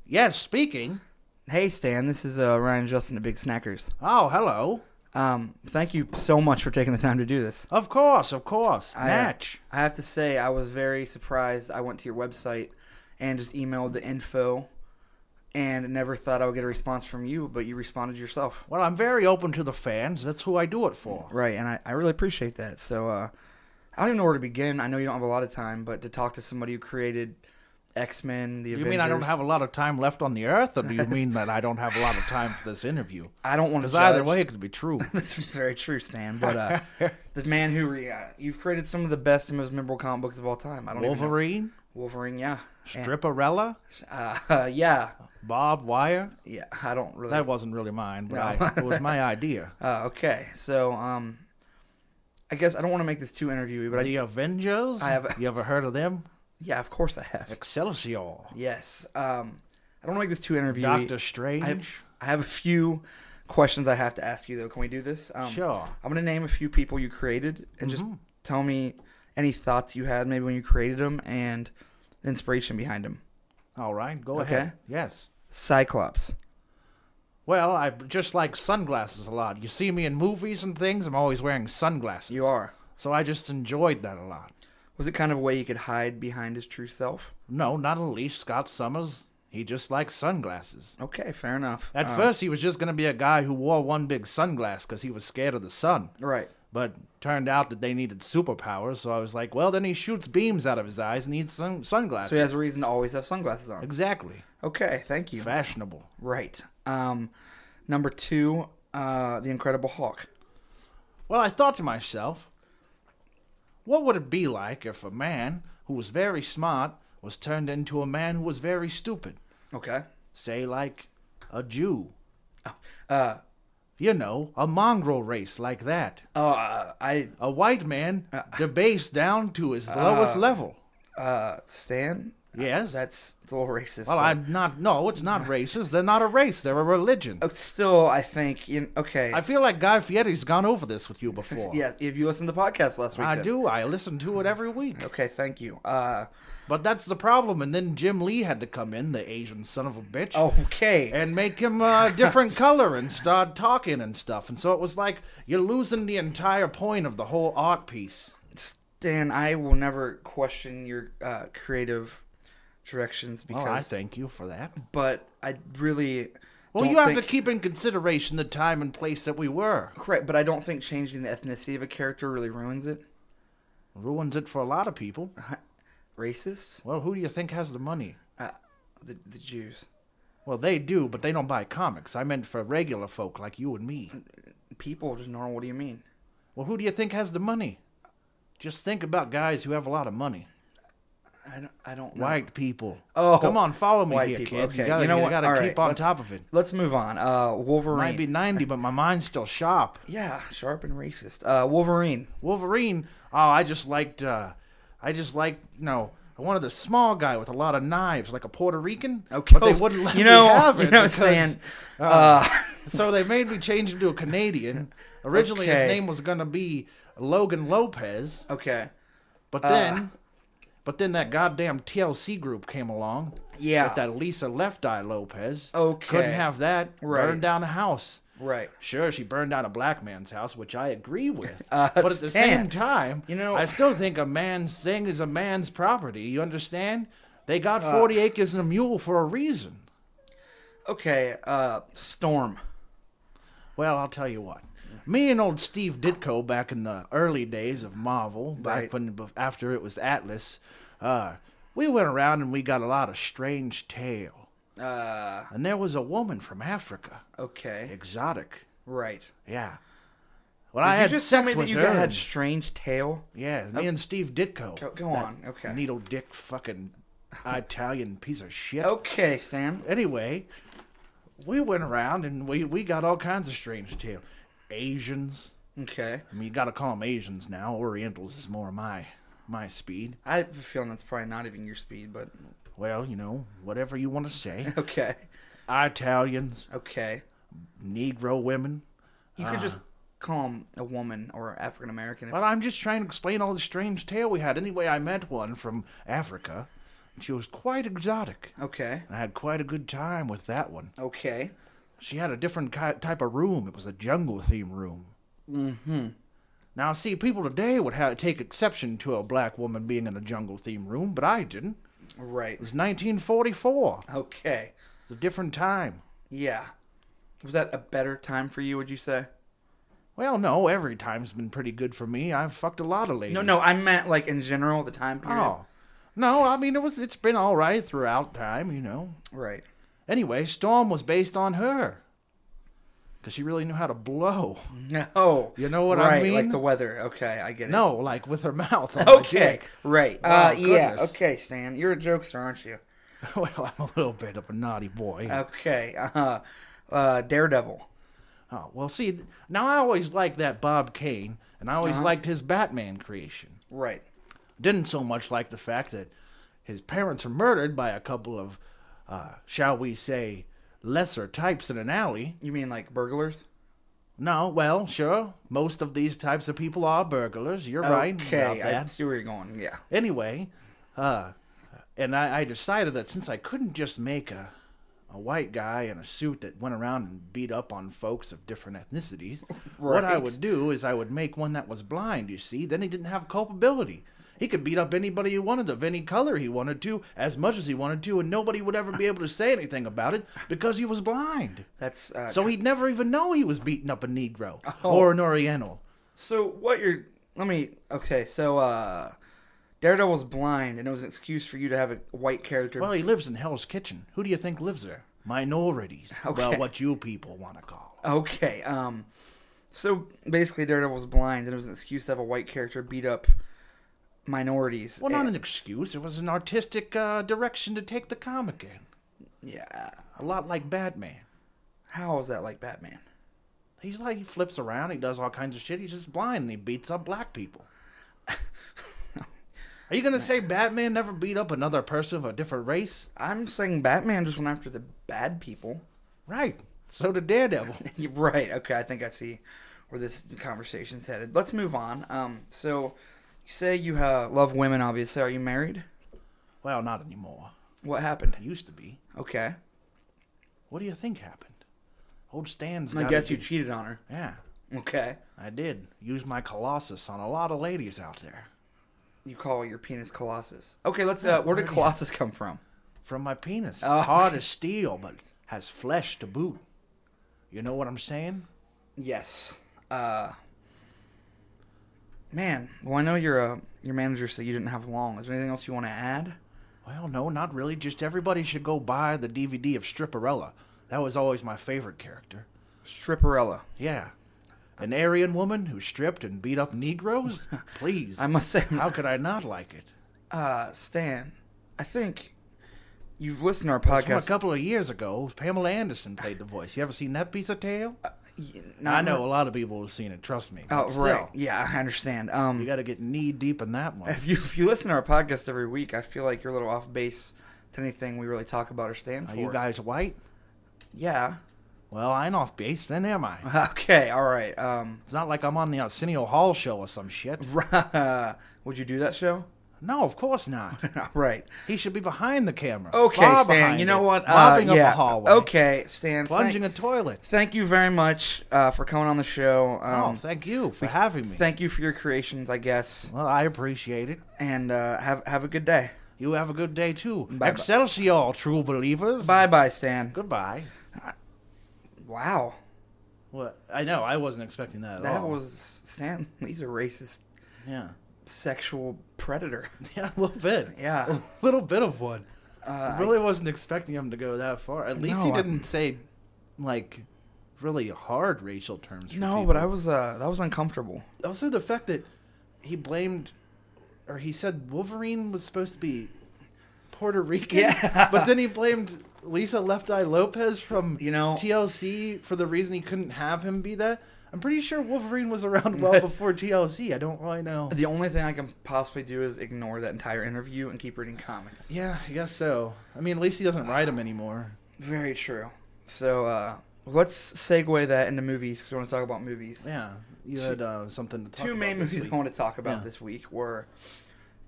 Yes, speaking.
Hey, Stan. This is uh, Ryan Justin at Big Snackers.
Oh, hello.
Um, thank you so much for taking the time to do this.
Of course, of course.
I, uh,
Natch.
I have to say, I was very surprised. I went to your website and just emailed the info and never thought I would get a response from you, but you responded yourself.
Well, I'm very open to the fans. That's who I do it for.
Right, and I, I really appreciate that. So, uh, I don't even know where to begin. I know you don't have a lot of time, but to talk to somebody who created X Men, the
You
Avengers.
mean I don't have a lot of time left on the earth, or do you mean that I don't have a lot of time for this interview?
I don't want
Because
to.
either
judge.
way, it could be true.
That's very true, Stan. But uh, the man who re- uh, you've created some of the best and most memorable comic books of all time. I don't even know.
Wolverine,
Wolverine, yeah,
Stripperella,
uh, yeah,
Bob Wire.
yeah. I don't really.
That wasn't really mine, but
No.
I, it was my idea.
Uh, okay, so um, I guess I don't want to make this too interviewy, but I,
The Avengers.
I have-
You ever heard of them?
yeah, of course I have.
Excelsior,
Yes, um, I don't want to make this too interviewy.
Doctor Strange.
I have, I have a few questions I have to ask you though. Can we do this? Um,
sure. Mm-hmm.
I'm gonna name a few people you created and just tell me any thoughts you had maybe when you created them and the inspiration behind them.
All right, go
Okay.
ahead. Yes.
Cyclops.
Well, I just like sunglasses a lot. You see me in movies and things, I'm always wearing sunglasses.
You are.
So I just enjoyed that a lot.
Was it kind of a way he could hide behind his true self?
No, not Elise Scott Summers. He just likes sunglasses.
Okay, fair enough.
At
Um,
first, he was just going to be a guy who wore one big sunglass because he was scared of the sun.
Uh, right.
But turned out that they needed superpowers, so I was like, well, then he shoots beams out of his eyes and needs sun- sunglasses.
So he has a reason to always have sunglasses on.
exactly.
Okay, thank you.
Fashionable.
Right. Um, number two, uh, the Incredible Hulk.
Well, I thought to myself, what would it be like if a man who was very smart was turned into a man who was very stupid?
Okay.
Say, like a Jew.
Uh,
You know, a mongrel race like that.
oh, uh, I
A white man debased down to his lowest level.
uh, Stan.
Yes.
That's it's a little racist.
well,
but-
I'm not. No, it's not racist. They're not a race. They're a religion.
Oh, Still, I think. You okay.
I feel like Guy Fieri's gone over this with you before.
yeah. If you listened to the podcast last week,
I
then.
do. I listen to it every week.
Okay, thank you. Uh,
But that's the problem. And then Jim Lee had to come in, the Asian son of a bitch.
Oh. okay.
and make him a different color and start talking and stuff. And so it was like you're losing the entire point of the whole art piece.
Stan, I will never question your uh, creative directions because,
Well, Oh, I thank you for that.
but I really.
Well,
don't
you have
think,
to keep in consideration the time and place that we were.
correct, but I don't think changing the ethnicity of a character really ruins it.
Ruins it for a lot of people.
Racists,
Well, who do you think has the money?
uh, the the Jews,
Well, they do, but they don't buy comics. I meant for regular folk like you and me.
people just normal. What do you mean?
Well, who do you think has the money? Just think about guys who have a lot of money.
I don't. I don't. Know.
White people.
Oh,
come on, follow me
White
here,
people.
kid.
Okay,
You gotta,
you know
you
what?
gotta
All
keep
right,
on
let's-
top of it.
Let's move on. Uh, Wolverine.
Might be 90, but my mind's still sharp.
Yeah, sharp and racist. Uh, Wolverine.
Wolverine, oh, I just liked, uh, I just liked, you know, I wanted a small guy with a lot of knives, like a Puerto Rican.
Okay,
But they wouldn't let
you know,
me have it.
You know,
because,
Stan.
uh,
Uh,
so they made me change him to a Canadian. Originally, his
Okay.
name was going to be Logan Lopez.
Uh, Okay.
But
Uh.
then, but then that goddamn TLC group came along.
Yeah.
With that Lisa Left Eye Lopez.
Okay.
Couldn't have that.
Right.
Burned down a house.
Right.
Sure, she burned down a black man's house, which I agree with.
Uh,
but at the
Stan,
same time,
you know-
I still think a man's thing is a man's property. You understand? They got
Uh.
40 acres and a mule for a reason.
Okay. Uh, Storm.
Well, I'll tell you what. Me and old Steve Ditko back in the early days of Marvel, back
Right.
when bef- after it was Atlas, uh, we went around and we got a lot of strange tale.
Uh,
And there was a woman from Africa,
okay.
exotic.
Right.
Yeah. Well,
Did
I
you
had
just
sex
tell me
with
that you
her.
had
and-
strange tail?
yeah, me and Steve Ditko.
Go- go
that
on, Oh. okay. Oh.
Needle dick fucking Italian piece of shit.
Okay, Stan.
Anyway, we went around and we, we got all kinds of strange tale. Asians.
Okay.
I mean, you got to call them Asians now. Orientals is more my my speed.
I have a feeling that's probably not even your speed, but
Well, you know, whatever you want to say.
okay.
Italians,
Okay.
Negro women.
You could just call 'em a woman or African American.
But I'm just trying to explain all the strange tale we had. Anyway, I met one from Africa, and she was quite exotic.
Okay.
And I had quite a good time with that one.
Okay.
She had a different ki- type of room. It was a jungle theme room. Mm-hmm. Now, see, people today would ha- take exception to a black woman being in a jungle theme room, but I didn't.
Right.
It was 1944.
Okay.
It's a different time.
Yeah. Was that a better time for you, would you say?
Well, no, every time's been pretty good for me. I've fucked a lot of ladies.
No, no, I meant like in general the time period.
Oh. No, I mean it was it's been all right throughout time, you know.
Right.
Anyway, Storm was based on her. Cuz she really knew how to blow.
No.
You know what I
right,
mean?
Like the weather. Okay, I get it.
No, like with her mouth. on my
Okay.
dick.
Right.
Oh,
uh yeah.
goodness.
Okay, Stan. You're a jokester, aren't you?
well, I'm a little bit of a naughty boy.
Okay. Uh uh Daredevil.
oh, well, see, th- now I always liked that Bob Kane, and I
Uh-huh.
always liked his Batman creation.
Right.
didn't so much like the fact that his parents are murdered by a couple of, uh, shall we say, lesser types in an alley.
You mean like burglars?
No, well, sure, most of these types of people are burglars. You're right about
Okay, I
that.
see where you're going. Yeah.
Anyway, uh, and I, I decided that since I couldn't just make a a white guy in a suit that went around and beat up on folks of different ethnicities, what I
Right.
would do is I would make one that was blind. You see, then he didn't have culpability. He could beat up anybody he wanted of any color he wanted to, as much as he wanted to, and nobody would ever be able to say anything about it because he was blind.
That's uh,
So he'd never even know he was beating up a Negro or an Oriental.
So what you're let me okay, so uh Daredevil's blind and it was an excuse for you to have a white character.
Well, he lives in Hell's Kitchen. Who do you think lives there? Minorities. Well,
Okay.
what you people want to call.
okay, um so basically Daredevil's blind and it was an excuse to have a white character beat up minorities.
Well, not
And-
an excuse. It was an artistic uh, direction to take the comic in.
Yeah.
A lot like Batman.
How is that like Batman?
He's like, he flips around, he does all kinds of shit. He's just blind and he beats up black people. Are you going to say Batman never beat up another person of a different race?
I'm saying Batman just went after the bad people.
Right. So did Daredevil.
You're right. Okay, I think I see where this conversation's headed. Let's move on. Um, so you say you uh, love women. Obviously, are you married?
well, not anymore.
What happened?
It used to be.
Okay,
What do you think happened? Old Stan's
I
got
guess
it.
you cheated on her.
Yeah.
Okay,
I did use my Colossus on a lot of ladies out there.
you call your penis Colossus. Okay, let's. Uh, where did Colossus come from?
From my penis.
Oh.
Hard as steel, but has flesh to boot. You know what I'm saying?
Yes. Uh, man. Well, I know you're a your manager said you didn't have long. Is there anything else you want to add?
Well, no, not really. Just everybody should go buy the DVD of Stripperella. That was always my favorite character.
Stripperella.
Yeah. An Aryan woman who stripped and beat up Negroes? Please.
I must say,
How could I not like it?
uh, Stan, I think you've listened to our
It's From a
podcast.
couple of years ago, Pamela Anderson played the voice. You ever seen that piece of tale?
Y-
I
not-
know a lot of people have seen it, trust me.
Uh, Oh,
but still,
right. Yeah, I understand.
You
Um,
gotta get knee deep in that one.
if you if you listen to our podcast every week, I feel like you're a little
Oh,
off base to anything we really talk about or stand for.
Are you guys white?
yeah.
Well, I ain't off base then, am I?
Okay, all right. Um,
It's not like I'm on the Arsenio Hall show or some shit.
would you do that show?
No, of course not.
all right.
He should be behind the camera.
Okay,
far
Stan.
behind
You know
it,
what?
Mopping
Uh,
up
yeah.
a hallway.
Okay, Stan.
Plunging
Thank,
a toilet.
thank you very much uh, for coming on the show.
oh,
Um,
thank you for having me.
thank you for your creations, I guess.
well, I appreciate it.
And uh, have have a good day.
You have a good day too.
Bye-bye.
Excelsior, true believers.
Bye, bye, Stan.
Goodbye.
Wow,
What? I know. I wasn't expecting that at
that
all.
was Stan. He's a racist,
yeah.
sexual predator.
Yeah, a little bit.
Yeah.
a little bit of one.
Uh,
I really wasn't expecting him to go that far. At least he
No, I-
didn't say like really hard racial terms. For
no, but I
people.
was uh, that was uncomfortable.
also the fact that he blamed or he said Wolverine was supposed to be Puerto Rican,
Yeah.
but then he blamed Lisa Left Eye Lopez from
You know-
TLC for the reason he couldn't have him be that. I'm pretty sure Wolverine was around well before TLC. I don't really know.
The only thing I can possibly do is ignore that entire interview and keep reading comics.
Yeah, I guess so. I mean, at least he doesn't ride him anymore.
Very true. So uh, let's segue that into movies because we want to talk about movies.
Yeah, you
Two-
had uh, something to talk
two
about
main
this
movies
week.
I want to talk about
Yeah.
this week were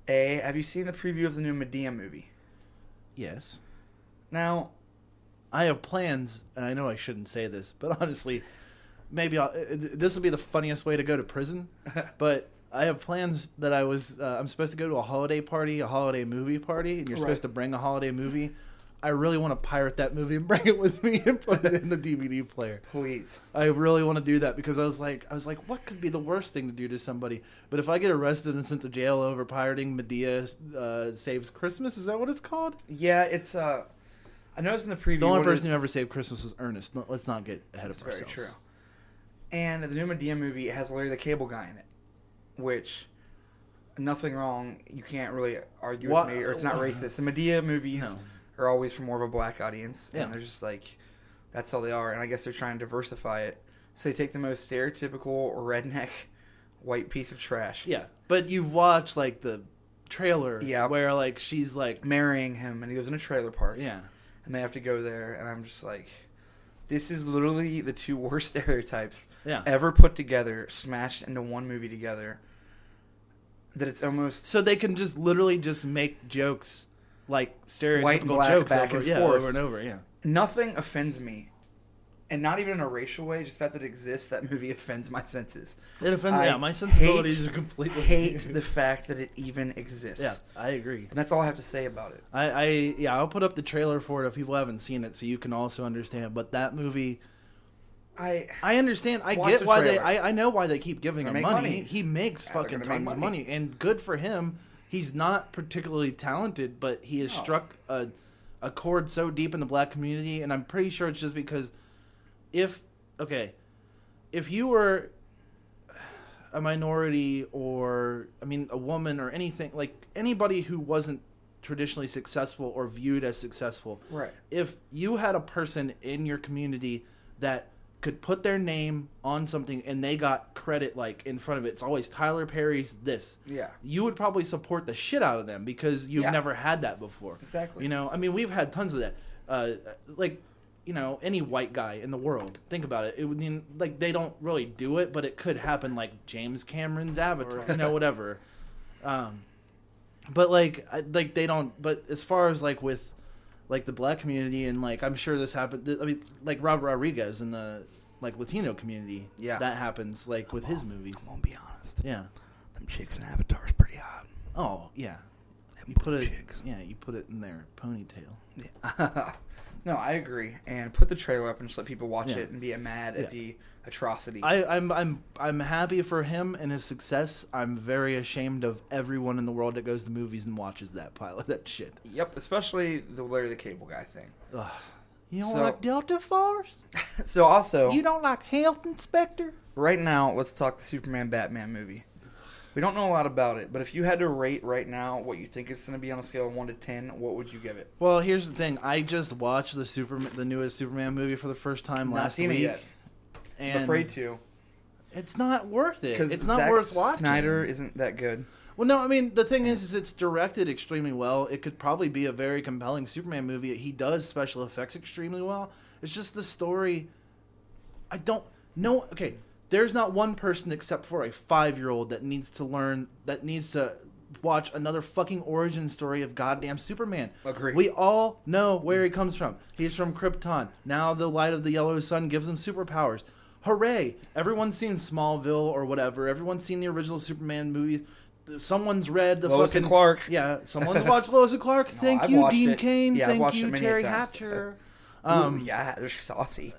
a. Have you seen the preview of the new Medea movie?
Yes,
Now,
I have plans. And I know I shouldn't say this, but honestly, maybe I'll, uh, th- this will be the funniest way to go to prison. but I have plans that I was. Uh, I'm supposed to go to a holiday party, a holiday movie party, and you're
Right.
supposed to bring a holiday movie. I really want to pirate that movie and bring it with me and put it in the DVD player.
please,
I really want to do that because I was like, I was like, what could be the worst thing to do to somebody? But if I get arrested and sent to jail over pirating Medea uh, Saves Christmas, is that what it's called?
yeah, it's uh, I noticed in the preview
The only
what
person
it
who
is-
ever saved Christmas was Ernest. No, let's not get ahead
It's
of
very
ourselves.
true. And the new Medea movie has Larry the Cable Guy in it, which nothing wrong. You can't really argue
Wha-
with me, or it's not racist. The Medea movies
No.
are always for more of a black audience,
Yeah.
and they're just like, that's how they are. And I guess they're trying to diversify it, so they take the most stereotypical redneck white piece of trash,
Yeah, but you've watched like the trailer,
Yeah.
where like she's like,
marrying him, and he lives in a trailer park,
yeah,
and they have to go there, and I'm just like. This is literally the two worst stereotypes
yeah.
ever put together, smashed into one movie together, that it's almost
So they can just literally just make jokes like stereotypical
and black,
jokes
back
over,
and
yeah,
forth.
over and over. Yeah,
nothing offends me. And not even in a racial way, just the fact that it exists, that movie offends my senses.
it offends.
I
yeah, my sensibilities
hate-
are completely
Hate the fact that it even exists.
yeah, I agree.
And that's all I have to say about it.
I, I yeah, I'll put up the trailer for it if people haven't seen it, so you can also understand. But that movie,
I
I understand. I
Watch
get
the
why they.
trailer.
I, I know why they keep giving
They're
him
gonna
money.
make money.
He makes
Yeah, they're
fucking
gonna make
tons of
money.
money, and good for him. He's not particularly talented, but he has
No.
struck a a chord so deep in the black community, and I'm pretty sure it's just because if okay, if you were a minority or I mean a woman or anything like anybody who wasn't traditionally successful or viewed as successful
Right.
if you had a person in your community that could put their name on something and they got credit like in front of it it's always tyler perry's this
Yeah.
you would probably support the shit out of them because you've
Yeah.
never had that before
Exactly.
you know i mean we've had tons of that uh, like you know any white guy in the world think about it it would mean like they don't really do it but it could happen like james cameron's avatar you know whatever um, but like I, like they don't but as far as like with like the black community and like i'm sure this happened th- i mean like robert rodriguez in the like latino community
Yeah.
that happens like with his movies
I'm gonna be honest.
yeah
Them chicks in Avatar is pretty hot.
oh yeah
Them
you
blue
put it
chicks.
yeah you put it in their ponytail
Yeah. no, I agree. And put the trailer up and just let people watch
Yeah.
it and be mad at
Yeah.
the atrocity.
I, I'm I'm I'm happy for him and his success. I'm very ashamed of everyone in the world that goes to movies and watches that pile of that shit.
yep, especially the Larry the Cable Guy thing.
Ugh. You don't
So-
like Delta Force?
so also,
You don't like Health Inspector?
Right now, let's talk the Superman Batman movie. We don't know a lot about it, but if you had to rate right now what you think it's going to be on a scale of 1 to 10, what would you give it?
Well, here's the thing. I just watched the Superman, the newest Superman movie for the first time
Not
last
seen
week.
it yet.
And
Afraid to.
It's not worth it.
Because
It's not
Zack
worth watching.
Snyder isn't that good.
Well, no, I mean the thing is, is it's directed extremely well. It could probably be a very compelling Superman movie. He does special effects extremely well. It's just the story I don't know. Okay, there's not one person except for a five year old that needs to learn, that needs to watch another fucking origin story of goddamn Superman.
Agree.
We all know where he comes from. He's from Krypton. Now the light of the yellow sun gives him superpowers. Hooray! Everyone's seen Smallville or whatever. Everyone's seen the original Superman movies. Someone's read the
Lois
fucking
and Clark.
Yeah, someone's watched Lois and Clark. Thank
I've
you,
watched
Dean
it.
Kane.
Yeah, I've
Thank
watched it
you,
many
Terry
times.
Hatcher.
Um, yeah, they're saucy.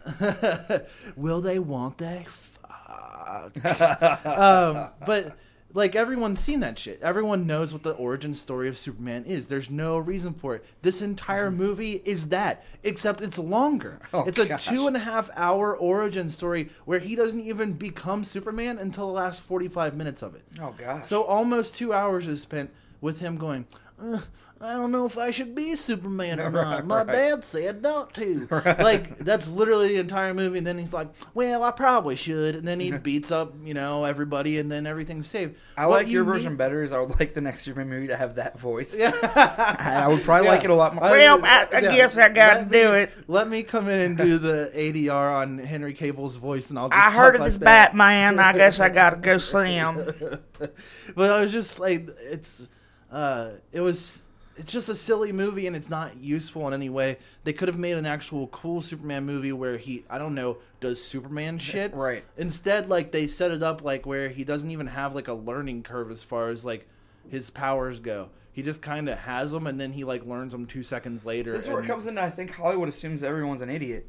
Will they? Won't they? Fuck. um, but like everyone's seen that shit. Everyone knows what the origin story of Superman is. There's no reason for it. This entire movie is that, except it's longer.
Mm-hmm. Oh,
it's a
gosh.
two and a half hour origin story where he doesn't even become Superman until the last forty five minutes of it.
Oh gosh.
So almost two hours is spent with him going, "Ugh, I don't know if I should be Superman or not. My
right.
dad said not to. Like, that's literally the entire movie. And then he's like, well, I probably should. And then he beats up, you know, everybody, and then everything's saved.
I
What
like
you
your
need-
version better. Is I would like the next Superman movie to have that voice. Yeah, I would probably
Yeah.
like it a lot more.
I-
well, I, I
yeah.
guess I gotta
Let me-
do it.
Let me come in and do the ADR on Henry Cable's voice, and I'll just
I
talk
heard of
like
this
that.
Batman. I guess I gotta go see him.
but I was just like, it's, uh, it was, it's just a silly movie and it's not useful in any way. They could have made an actual cool Superman movie where he, I don't know, does Superman shit.
Right.
Instead, like they set it up like where he doesn't even have like a learning curve as far as like his powers go. He just kind of has them and then he like learns them two seconds later.
This is where it
and-
comes into I think Hollywood assumes everyone's an idiot.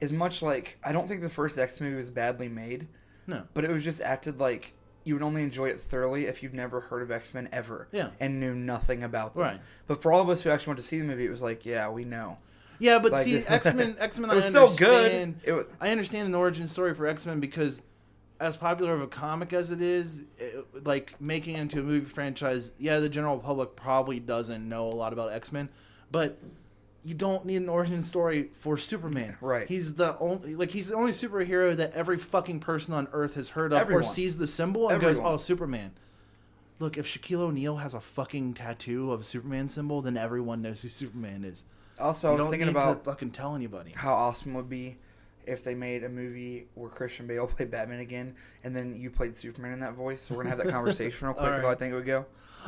Is much like I don't think the first X movie was badly made,
No.
but it was just acted like you would only enjoy it thoroughly if you've never heard of X Men ever,
Yeah.
and knew nothing about them.
Right.
But for all of us who actually went to see the movie, it was like, yeah, we know.
Yeah, but
Like-
see, X Men, X Men,
It
I
was
understand.
still good. It wa-
I understand an origin story for X Men because, as popular of a comic as it is, it, like making it into a movie franchise, yeah, the general public probably doesn't know a lot about X Men, but you don't need an origin story for Superman.
Right.
He's the only like he's the only superhero that every fucking person on Earth has heard of
Everyone.
or sees the symbol and
Everyone.
goes, "Oh, Superman." Look, if Shaquille O'Neal has a fucking tattoo of a Superman symbol, then everyone knows who Superman is.
Also, I
You
was
don't
thinking
need
about
to fucking tell anybody.
how awesome it would be if they made a movie where Christian Bale played Batman again, and then you played Superman in that voice. So we're gonna have that conversation real quick
All right.
about how I think it would go.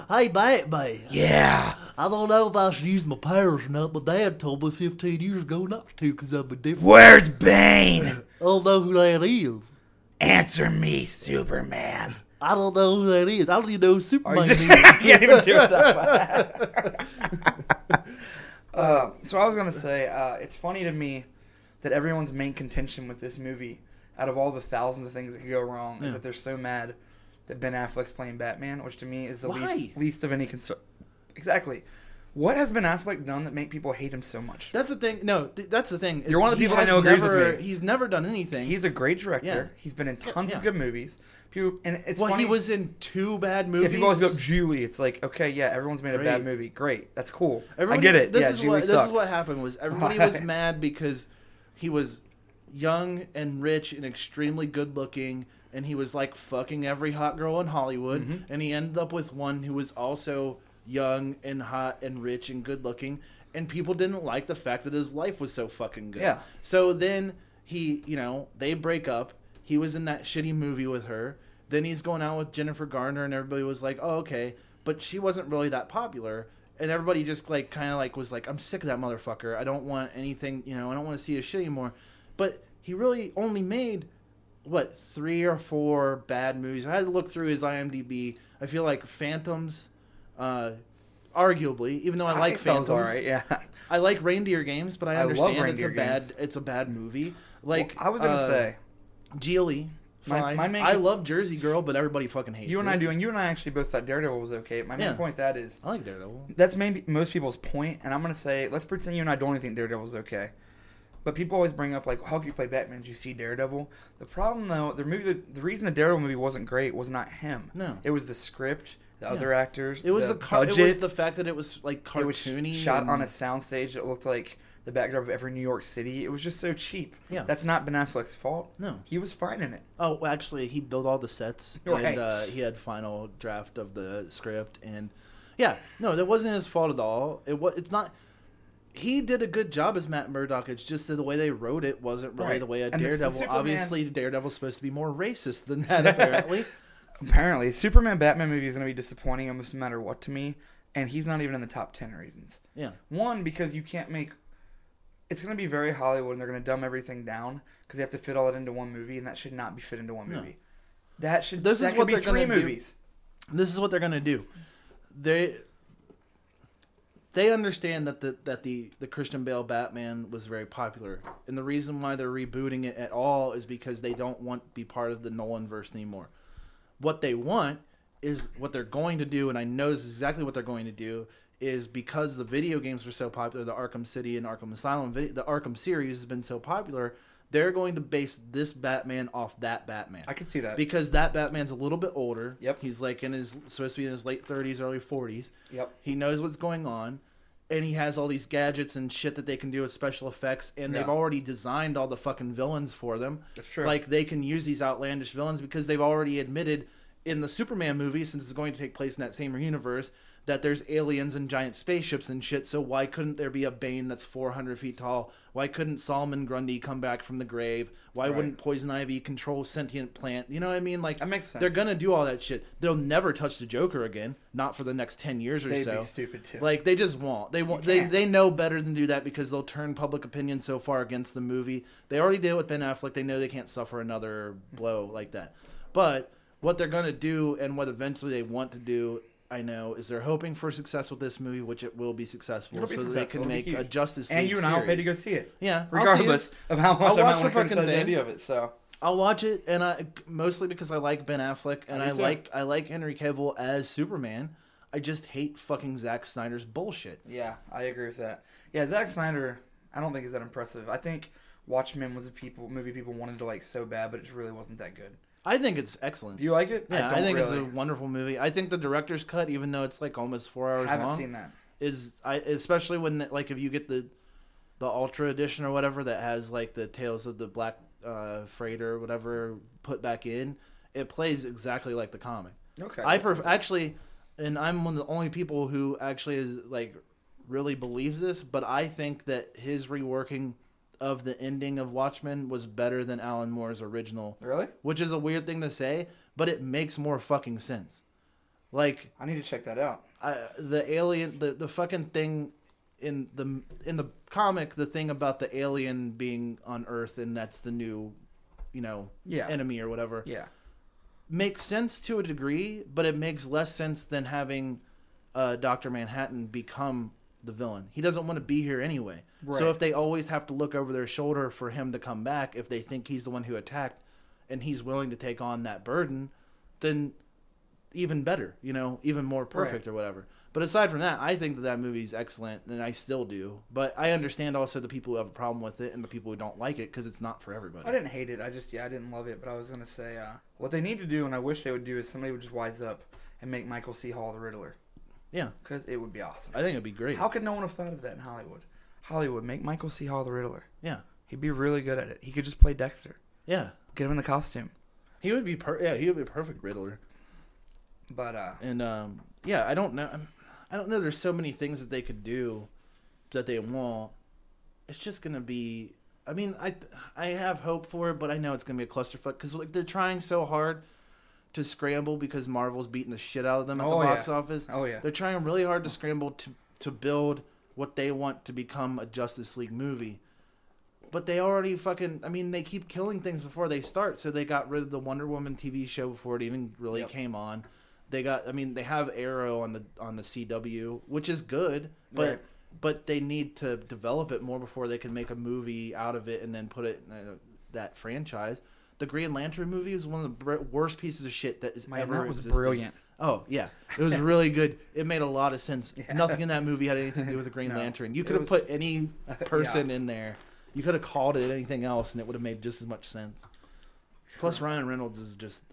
Hey, Batman.
Yeah.
I don't know if I should use my powers or not. My dad told me 15 years ago not to because I'm a different.
Where's Bane?
I don't know who that is.
Answer me, Superman.
I don't know who that is. I don't even know who Superman is.
I can't even do it that way. uh, so I was gonna say, uh, it's funny to me that everyone's main contention with this movie, out of all the thousands of things that could go wrong,
Yeah.
is that they're so mad that Ben Affleck's playing Batman, which to me is the
Why?
least least of any concern. Exactly. What has Ben Affleck done that make people hate him so much?
That's the thing. No, th- that's the thing. is
You're one of the
he
people I
has
know agrees with
never,
me.
He's never done anything.
He's a great director.
Yeah.
He's been in tons of
yeah.
good movies. People, and it's
well,
funny.
he was in two bad movies.
If you always go Julie, it's like okay, yeah, everyone's made a bad
Great.
movie. Great, that's cool. I
Everybody-
get it.
This
yeah,
is
Julie
what this is
sucked.
what happened was everybody was mad because he was young and rich and extremely good looking, and he was like fucking every hot girl in Hollywood,
Mm-hmm.
and he ended up with one who was also young and hot and rich and good looking, and people didn't like the fact that his life was so fucking good.
Yeah.
So then he, you know, they break up. He was in that shitty movie with her. Then he's going out with Jennifer Garner, and everybody was like, "Oh, okay," but she wasn't really that popular. And everybody just like kind of like was like, "I'm sick of that motherfucker. I don't want anything. You know, I don't want to see his shit anymore." But he really only made what three or four bad movies. I had to look through his IMDb. I feel like Phantoms, uh, arguably, even though I, like
thought it was
Phantoms,
all right. Yeah,
I like reindeer games, but I
I love
understand it's a
reindeer
bad
games.
it's a bad movie. Like
I was gonna
uh,
say
Geely.
My-
Fine.
my main-
I love Jersey Girl, but everybody fucking hates
you and
it.
I do, and you and I actually both thought Daredevil was okay. My main
Yeah.
point that is
I like Daredevil.
that's maybe most people's point, and I'm gonna say let's pretend you and I don't think Daredevil's okay. But people always bring up like, how could you play Batman? Did you see Daredevil? The problem though, the movie, the, the reason the Daredevil movie wasn't great was not him.
No.
it was the script, the other actors,
It was
the
the, car- it was
budget.
the fact that it was like
It was
cartoony,
shot
and-
on a soundstage that looked like the backdrop of every New York City. It was just so cheap.
Yeah.
That's not Ben Affleck's fault.
No.
He was fine in it.
Oh, well, actually, he built all the sets,
Right.
and uh, he had final draft of the script, and yeah, no, that wasn't his fault at all. It was. It's not. he did a good job as Matt Murdock. It's just that the way they wrote it wasn't really
Right.
the way a
And this- the
Daredevil.
Superman-
Obviously, Daredevil's supposed to be more racist than that. Apparently,
Apparently, Superman Batman movie is going to be disappointing almost no matter what to me, and he's not even in the top 10 reasons.
yeah.
One, because you can't make. It's going to be very Hollywood, and they're going to dumb everything down because they have to fit all that into one movie, and that should not be fit into one
No.
movie. That should.
This
that
is
could
what
be
they're
three
gonna do.
movies.
this is what they're gonna do. They they understand that the that the the Christian Bale Batman was very popular, and the reason why they're rebooting it at all is because they don't want to be part of the Nolan verse anymore. What they want is what they're going to do, and I know this is exactly what they're going to do. Is because the video games were so popular, the Arkham City and Arkham Asylum, vid- the Arkham series has been so popular. They're going to base this Batman off that Batman
I could see that.
because that Batman's a little bit older.
Yep.
He's like in his supposed to be in his late thirties, early forties.
Yep.
He knows what's going on, and he has all these gadgets and shit that they can do with special effects, and they've
Yeah.
already designed all the fucking villains for them.
That's true.
Like they can use these outlandish villains because they've already admitted in the Superman movie, since it's going to take place in that same universe, that there's aliens and giant spaceships and shit. So why couldn't there be a Bane that's 400 feet tall? Why couldn't Solomon Grundy come back from the grave? Why
Right.
wouldn't Poison Ivy control sentient plant? You know what I mean? Like
That makes sense.
they're gonna do all that shit. They'll never touch the Joker again. Not for the next ten years or
They'd
so.
be stupid too.
Like they just won't. They won't. They
can't.
they know better than do that because they'll turn public opinion so far against the movie. They already did it with Ben Affleck. They know they can't suffer another blow like that. But what they're gonna do and what eventually they want to do. I know is they're hoping for success with this movie, which it will be successful,
It'll be
so
successful.
that
It'll
they
be
can make a
huge.
Justice League
and you and I will pay to go
series.
see it,
Yeah, I'll see it.
regardless of how much
I'll
I might
watch the
want to
fucking
criticize the
thing.
idea of it. So
I'll watch it, and I mostly because I like Ben Affleck and
I
I,
do too.
like I like Henry Cavill as Superman. I just hate fucking Zack Snyder's bullshit.
Yeah, I agree with that. Yeah, Zack Snyder, I don't think is that impressive. I think Watchmen was a people movie people wanted to like so bad, but it really wasn't that good.
I think it's excellent.
Do you like it?
yeah, I, think it's a
really.
wonderful movie. I think the director's cut, even though it's like almost four hours
haven't
long,
seen that.
is I especially when like if you get the the Ultra Edition or whatever that has like the Tales of the Black uh, Freighter or whatever put back in, it plays exactly like the comic.
Okay.
I pref- actually, and I'm one of the only people who actually is like really believes this, but I think that his reworking of the ending of Watchmen was better than Alan Moore's original,
really?
which is a weird thing to say, but it makes more fucking sense. Like
I need to check that out.
I, the alien, the the fucking thing in the in the comic, the thing about the alien being on Earth and that's the new, you know,
Yeah.
enemy or whatever
Yeah.
makes sense to a degree, but it makes less sense than having uh, Doctor Manhattan become the villain. He doesn't want to be here anyway.
Right.
So if they always have to look over their shoulder for him to come back, if they think he's the one who attacked, and he's willing to take on that burden, then even better, you know, even more perfect or whatever. But aside from that, I think that that movie is excellent, and I still do. But I understand also the people who have a problem with it and the people who don't like it because it's not for everybody.
I didn't hate it. I just yeah, I didn't love it, but I was gonna say uh, what they need to do, and I wish they would do, is somebody would just wise up and make Michael C. Hall the Riddler,
yeah,
because it would be awesome.
I think it'd be great.
How could no one have thought of that in Hollywood? Hollywood, make Michael C. Hall the Riddler.
yeah,
He'd be really good at it. He could just play Dexter.
yeah.
Get him in the costume.
He would be per- yeah, he would be a perfect Riddler.
But uh,
And um yeah, I don't know I don't know there's so many things that they could do that they won't. It's just going to be I mean, I I have hope for it, but I know it's going to be a clusterfuck cuz like they're trying so hard to scramble because Marvel's beating the shit out of them at
Oh,
the
yeah.
box office.
oh yeah,
They're trying really hard to scramble to to build what they want to become a Justice League movie. But they already fucking I mean, they keep killing things before they start, so they got rid of the Wonder Woman TV show before it even really
Yep.
came on. They got I mean, they have Arrow on the on the CW, which is good, but
Right.
but they need to develop it more before they can make a movie out of it and then put it in uh, that franchise. The Green Lantern movie is one of the br- worst pieces of shit that is
man,
ever
that was
existed.
brilliant.
Oh yeah, it was really good. It made a lot of sense.
Yeah.
Nothing in that movie had anything to do with the Green
No.
Lantern. You
It
could have
was-
put any person in there. You could have called it anything else, and it would have made just as much sense. Plus, Ryan Reynolds is just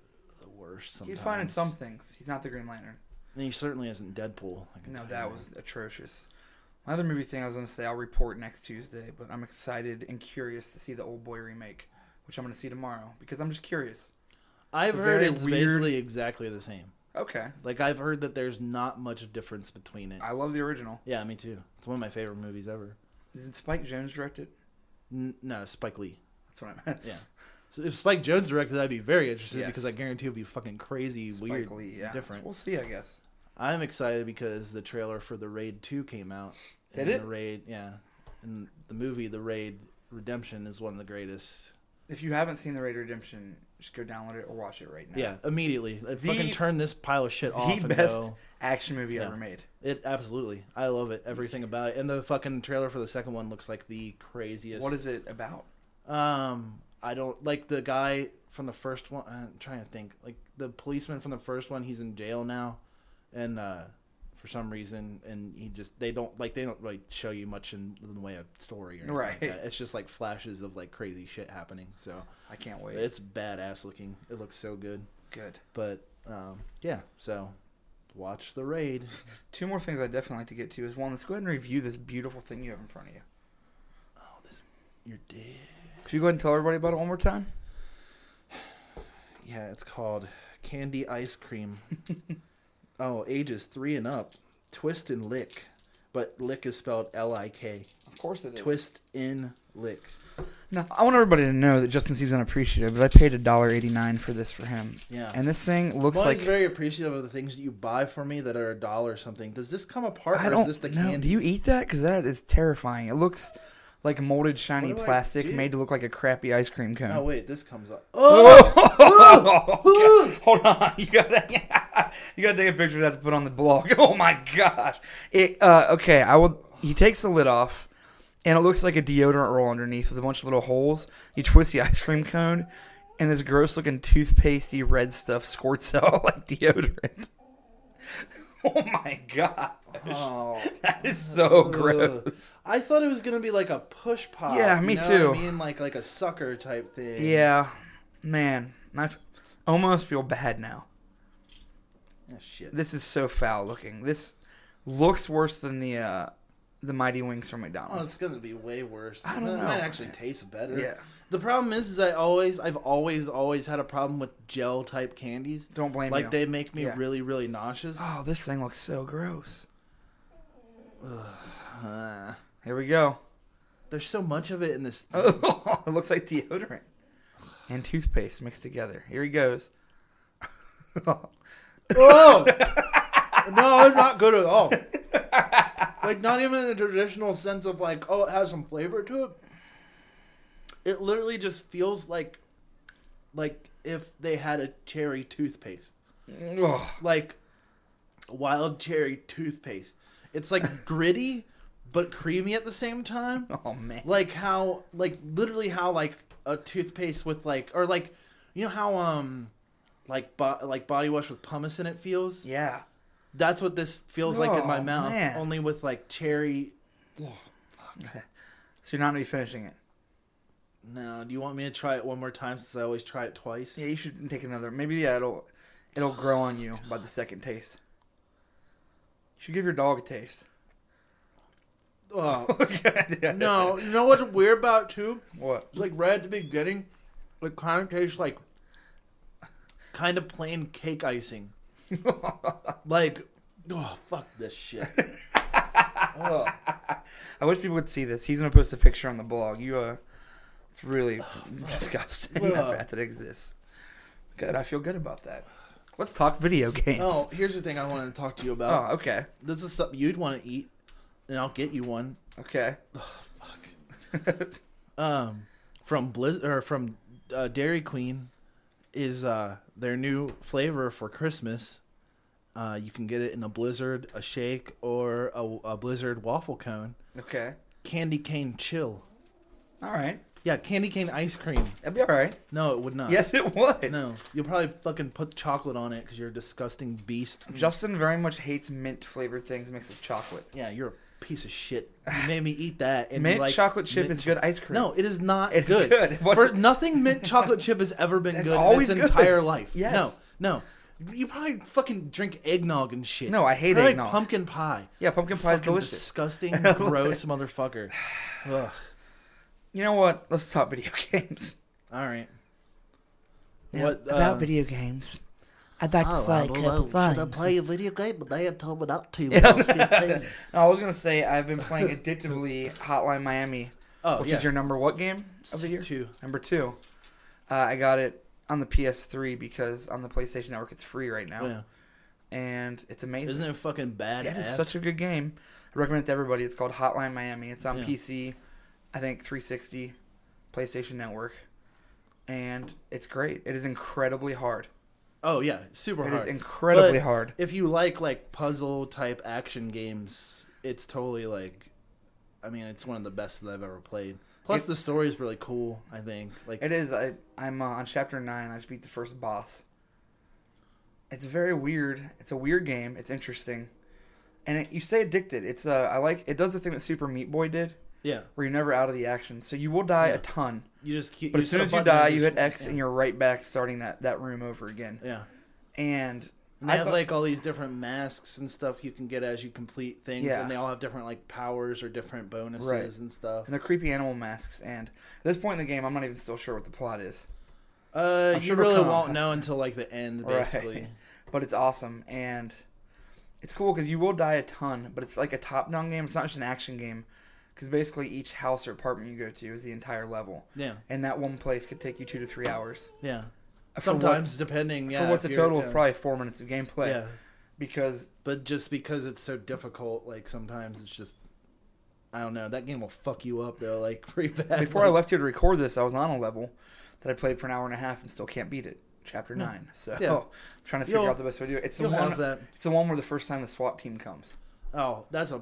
the worst. Sometimes.
He's fine in some things. He's not the Green Lantern.
And he certainly isn't Deadpool. I can
No,
tell you
that was atrocious. My other movie thing I was going to say, I'll report next Tuesday, but I'm excited and curious to see the Old Boy remake, which I'm going to see tomorrow because I'm just curious. it's
I've
a
heard
very
it's
weird-
basically exactly the same.
Okay.
Like I've heard that there's not much difference between it.
I love the original.
Yeah, me too. It's one of my favorite movies ever.
Did Spike Jones direct it?
N- no, Spike Lee.
That's what I meant.
Yeah. So if Spike Jones directed, I'd be very interested because I
Yes.
guarantee it'd be fucking crazy,
Spike
weird,
Lee, yeah.
different.
We'll see, I guess.
I'm excited because the trailer for the Raid Two came out.
Did
and
it?
The Raid, yeah. And the movie, The Raid Redemption, is one of the greatest.
If you haven't seen The Raid Redemption, just go download it or watch it right now.
Yeah, immediately. Like,
The-
fucking turn this pile of shit off.
The
and
best
go.
action movie
Yeah.
ever made.
It absolutely. I love it. Everything about it. And the fucking trailer for the second one looks like the craziest.
What is it about?
Um, I don't like the guy from the first one. I'm trying to think. Like the policeman from the first one, he's in jail now, and uh, for some reason, and he just they don't like they don't really show you much in, in the way of story or anything like
Right.
that. It's just like flashes of like crazy shit happening. So
I can't wait.
it's badass looking. It looks so good.
good.
But um, yeah, so watch the raid.
Two more things I definitely like to get to is one, let's go ahead and review this beautiful thing you have in front of you.
oh, this you're dead.
Could you go ahead and tell everybody about it one more time?
Yeah, it's called Candy Ice Cream. oh, ages three and up. Twist and lick. But lick is spelled L I K.
Of course it is.
Twist in lick.
Now, I want everybody to know that Justin seems unappreciative, but I paid a dollar eighty nine for this for him,
Yeah.
and this thing looks
Looks
like
very appreciative of the things that you buy for me that are a dollar or something. Does this come apart
I
or
don't
is this the
know.
candy?
Do you eat that? Because that is terrifying. It looks like molded shiny
What do I
plastic
do?
made to look like a crappy ice cream cone.
oh wait, this comes up. Oh,
Oh, God. Hold on, you gotta you gotta take a picture of that to put on the blog. Oh my gosh! It uh, okay. I will. He takes the lid off, and it looks like a deodorant roll underneath with a bunch of little holes. You twist the ice cream cone, and this gross looking toothpastey red stuff squirts out like deodorant. Oh my god,
Oh.
that is so
Ugh.
gross.
I thought it was gonna be like a push pop.
Yeah,
you
me
know
too.
What I mean, like like a sucker type thing.
Yeah, man, I f- almost feel bad now.
Ah, shit.
This is so foul looking. This looks worse than the uh, the Mighty Wings from
Oh,
McDonald's.
it's gonna be way worse.
I don't
It
know.
might actually taste better.
yeah.
The problem is, is I always, I've always, always had a problem with gel type candies.
Don't blame
Like
you.
they make me
Yeah.
really, really nauseous.
oh, this thing looks so gross.
Uh,
Here we go.
there's so much of it in this.
Oh.
thing.
it looks like deodorant and toothpaste mixed together. Here he goes.
Oh no, I'm not good at all. Like not even in a traditional sense of like, oh, it has some flavor to it. It literally just feels like, like if they had a cherry toothpaste.
Ugh.
like wild cherry toothpaste. It's like gritty but creamy at the same time.
Oh man.
Like how like literally how like a toothpaste with like or like you know how um like bo- like body wash with pumice in it feels?
Yeah.
That's what this feels like in my
Oh,
mouth,
man.
only with like cherry.
So you're not gonna be finishing it.
No, do you want me to try it one more time since I always try it twice?
Yeah, you should take another. Maybe yeah, it'll it'll grow on you by the second taste. You should give your dog a taste.
Oh.
no.
no, you know what's weird about it, too?
What?
It's like right at the beginning, it kind of tastes like kind of plain cake icing. like, oh fuck this shit. Ugh.
I wish people would see this. He's gonna post a picture on the blog. You uh, it's really
Oh,
disgusting
Ugh.
how bad that exists. Good, I feel good about that. Let's talk video games.
Oh, here's the thing I wanted to talk to you about.
Oh, okay,
This is something you'd want to eat, and I'll get you one.
okay.
Um, from Blizz or from uh, Dairy Queen is uh their new flavor for Christmas. Uh, you can get it in a blizzard, a shake, or a, a blizzard waffle cone.
Okay,
Candy cane chill.
all right.
Yeah, candy cane ice cream.
That'd be all right.
No, it would not.
yes, it would.
Uh, No, you'll probably fucking put chocolate on it because you're a disgusting beast.
Justin very much hates mint flavored things mixed with chocolate.
Yeah, you're a piece of shit. You made me eat that. And you
mint
like
chocolate chip
mint
is good ice
cho-
cream.
No, it is not
It's
good.
good. What-
For nothing, mint chocolate chip has ever been
It's
good
always
in its
good.
entire life.
Yes.
No, no. You probably fucking drink eggnog and shit.
No, I hate
Probably
eggnog.
Pumpkin pie.
yeah, pumpkin pie is
Fucking
delicious.
Disgusting, gross motherfucker. Ugh.
you know what? Let's talk video games.
All right.
Now,
What, uh,
about video games?
I'd like to
Oh,
say
I
a
don't
couple
know. Should I
things.
play a video game? But Dad told me not to when I was 15.
No, I was gonna say I've been playing addictively Hotline Miami,
Oh,
which
yeah.
is your number what game of the year?
Two.
Number two. Uh, I got it on the PS3 because on the PlayStation Network it's free right now,
Yeah.
and it's amazing.
Isn't it fucking badass?
It is such a good game. I recommend it to everybody. It's called Hotline Miami. It's on
Yeah.
PC, I think 360, PlayStation Network, and it's great. It is incredibly hard.
oh yeah, super
It
hard.
is incredibly
But-
hard.
if you like like puzzle type action games, it's totally like, I mean, it's one of the best that I've ever played. Plus,
It-
the story's really cool. I think like
It is. I, I'm uh, on chapter nine. I just beat the first boss. It's very weird. It's a weird game. It's interesting, and it, you stay addicted. It's uh, I like it does the thing that Super Meat Boy did,
yeah,
where you're never out of the action. So you will die
Yeah.
a ton,
you just keep.
but
you
as
hit
soon
a
as you
button and
die, you
just-
hit X,
yeah.
and you're right back starting that that room over again.
yeah.
And
And they
I
have
thought-
like all these different masks and stuff you can get as you complete things,
Yeah.
and they all have different like powers or different bonuses
Right.
and stuff.
and they're creepy animal masks. And at this point in the game, I'm not even still sure what the plot is.
Uh,
I'm
you
sure it'll
really
come.
won't know until like the end,
Right.
basically.
but it's awesome and it's cool because you will die a ton but it's like a top-down game it's not just an action game because basically each house or apartment you go to is the entire level
Yeah,
and that one place could take you two to three hours
yeah.
For
Sometimes
what's-
depending. Yeah,
for what's a
if you're-
total
yeah.
of probably four minutes of gameplay
Yeah,
because
but just because it's so difficult, like sometimes it's just, I don't know. That game will fuck you up though, like pretty bad.
before i left here to record this i was on a level that i played for an hour and a half and still can't beat it chapter 9 so
Yeah.
i'm trying to figure
You'll-
out the best way to do it it's the
you'll have
one
that.
it's the one where the first time the swat team comes
Oh, that's a,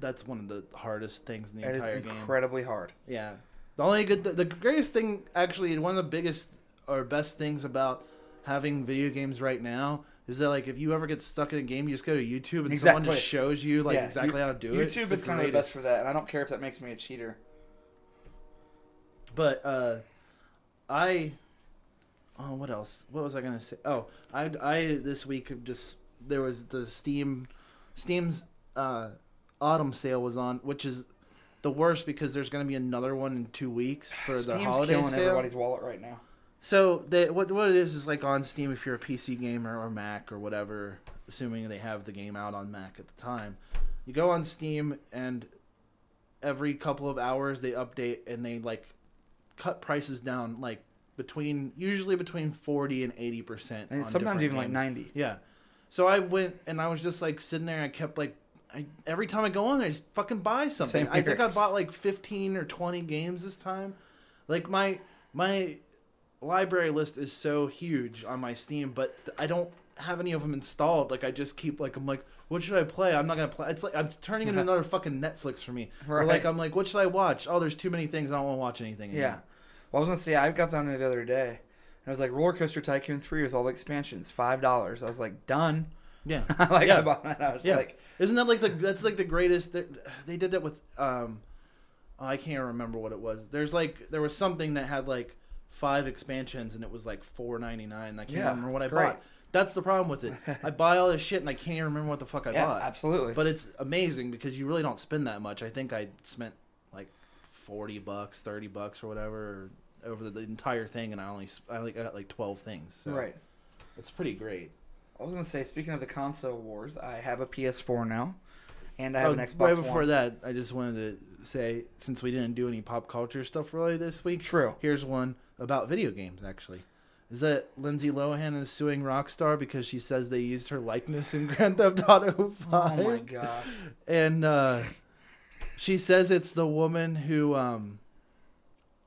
that's one of the hardest things in the
it is
entire game.
incredibly hard
Yeah. The only good, the, the greatest thing, actually, one of the biggest or best things about having video games right now is that, like, if you ever get stuck in a game, you just go to YouTube and someone
Exactly.
just shows you, like,
Yeah,
exactly how to do it.
youtube is kind of the best for that and i don't care if that makes me a cheater
But, uh, I, oh, what else? What was I going to say? Oh, I, I, this week, have just, there was the Steam, Steam's, uh, autumn sale was on, which is, the worst because there's going to be another one in two weeks for the
Steam's
holiday
killing
sale.
everybody's wallet right now.
So they, what what it is is like on Steam if you're a PC gamer or Mac or whatever, assuming they have the game out on Mac at the time, you go on Steam and every couple of hours they update and they like cut prices down like between usually between forty and eighty percent.
And sometimes even like 90.
Yeah. So I went and I was just like sitting there and I kept like I, every time I go on there, I just fucking buy something.
Same
I think
here.
I bought like 15 or 20 games this time. Like my my library list is so huge on my Steam, but th- I don't have any of them installed. Like I just keep like I'm like, what should I play? I'm not gonna play. It's like I'm turning into another fucking Netflix for me. Or
Right.
like I'm like, what should I watch? Oh, there's too many things. I don't want to watch anything.
Yeah.
anymore.
Well, I was going to say, I got down there the other day. And I was like, Roller Coaster Tycoon 3 with all the expansions, $5. I was like, done.
yeah.
like,
Yeah.
I bought that. I was
Yeah,
like,
isn't that like the that's like the greatest? They, they did that with um, oh, I can't remember what it was. There's like there was something that had like five expansions and it was like four ninety nine. I can't
Yeah,
remember what I
it's great.
bought. That's the problem with it. I buy all this shit and I can't even remember what the fuck I
yeah,
bought.
absolutely.
But it's amazing because you really don't spend that much. I think I spent like forty bucks, thirty bucks, or whatever over the, the entire thing, and I only s- I only got like twelve things. So
right.
it's pretty great.
I was going to say, speaking of the console wars, I have a PS4 now. And I have
Oh,
an Xbox
Right before
One.
that, I just wanted to say since we didn't do any pop culture stuff really this week,
True.
here's one about video games actually. Is that Lindsay Lohan is suing Rockstar because she says they used her likeness in Grand Theft Auto 5?
Oh, my God.
And uh, she says it's the woman who um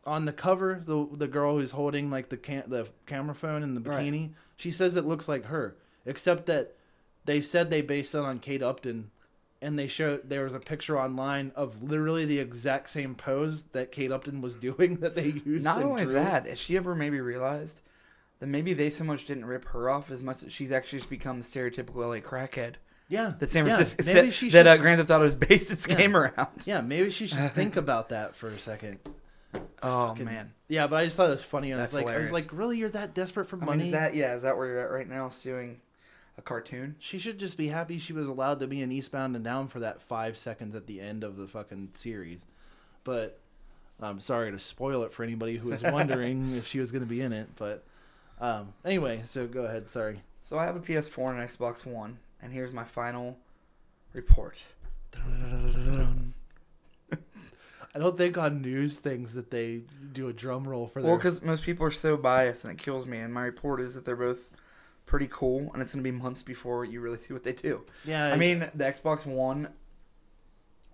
on the cover, the the girl who's holding like the can- the camera phone and the
Right.
bikini, she says it looks like her, except that they said they based it on Kate Upton, and they showed there was a picture online of literally the exact same pose that Kate Upton was doing that they used.
Not
and
only
drew.
that, has she ever maybe realized that maybe they so much didn't rip her off as much as she's actually just become the stereotypical LA crackhead
yeah,
that San
yeah,
Francisco
maybe
that,
she
that,
should-
uh, Grand Theft Auto is based its
Yeah.
game around.
yeah, maybe she should think about that for a second.
Oh
Fucking-
man,
Yeah, but I just thought it was funny. I was
That's
like, I was
hilarious.
like, really, you're that desperate for
I
money?
mean, is that yeah? Is that where you're at right now, suing a cartoon?
She should just be happy she was allowed to be in Eastbound and Down for that five seconds at the end of the fucking series. But I'm sorry to spoil it for anybody who was wondering if she was going to be in it. But um, anyway, so go ahead. Sorry.
So I have a PS4 and an Xbox One, and here's my final report.
I don't think on news things that they do a drum roll for
Well,
their.
because most people are so biased, and it kills me. And my report is that they're both pretty cool, and it's gonna be months before you really see what they do.
yeah,
I mean, the Xbox One.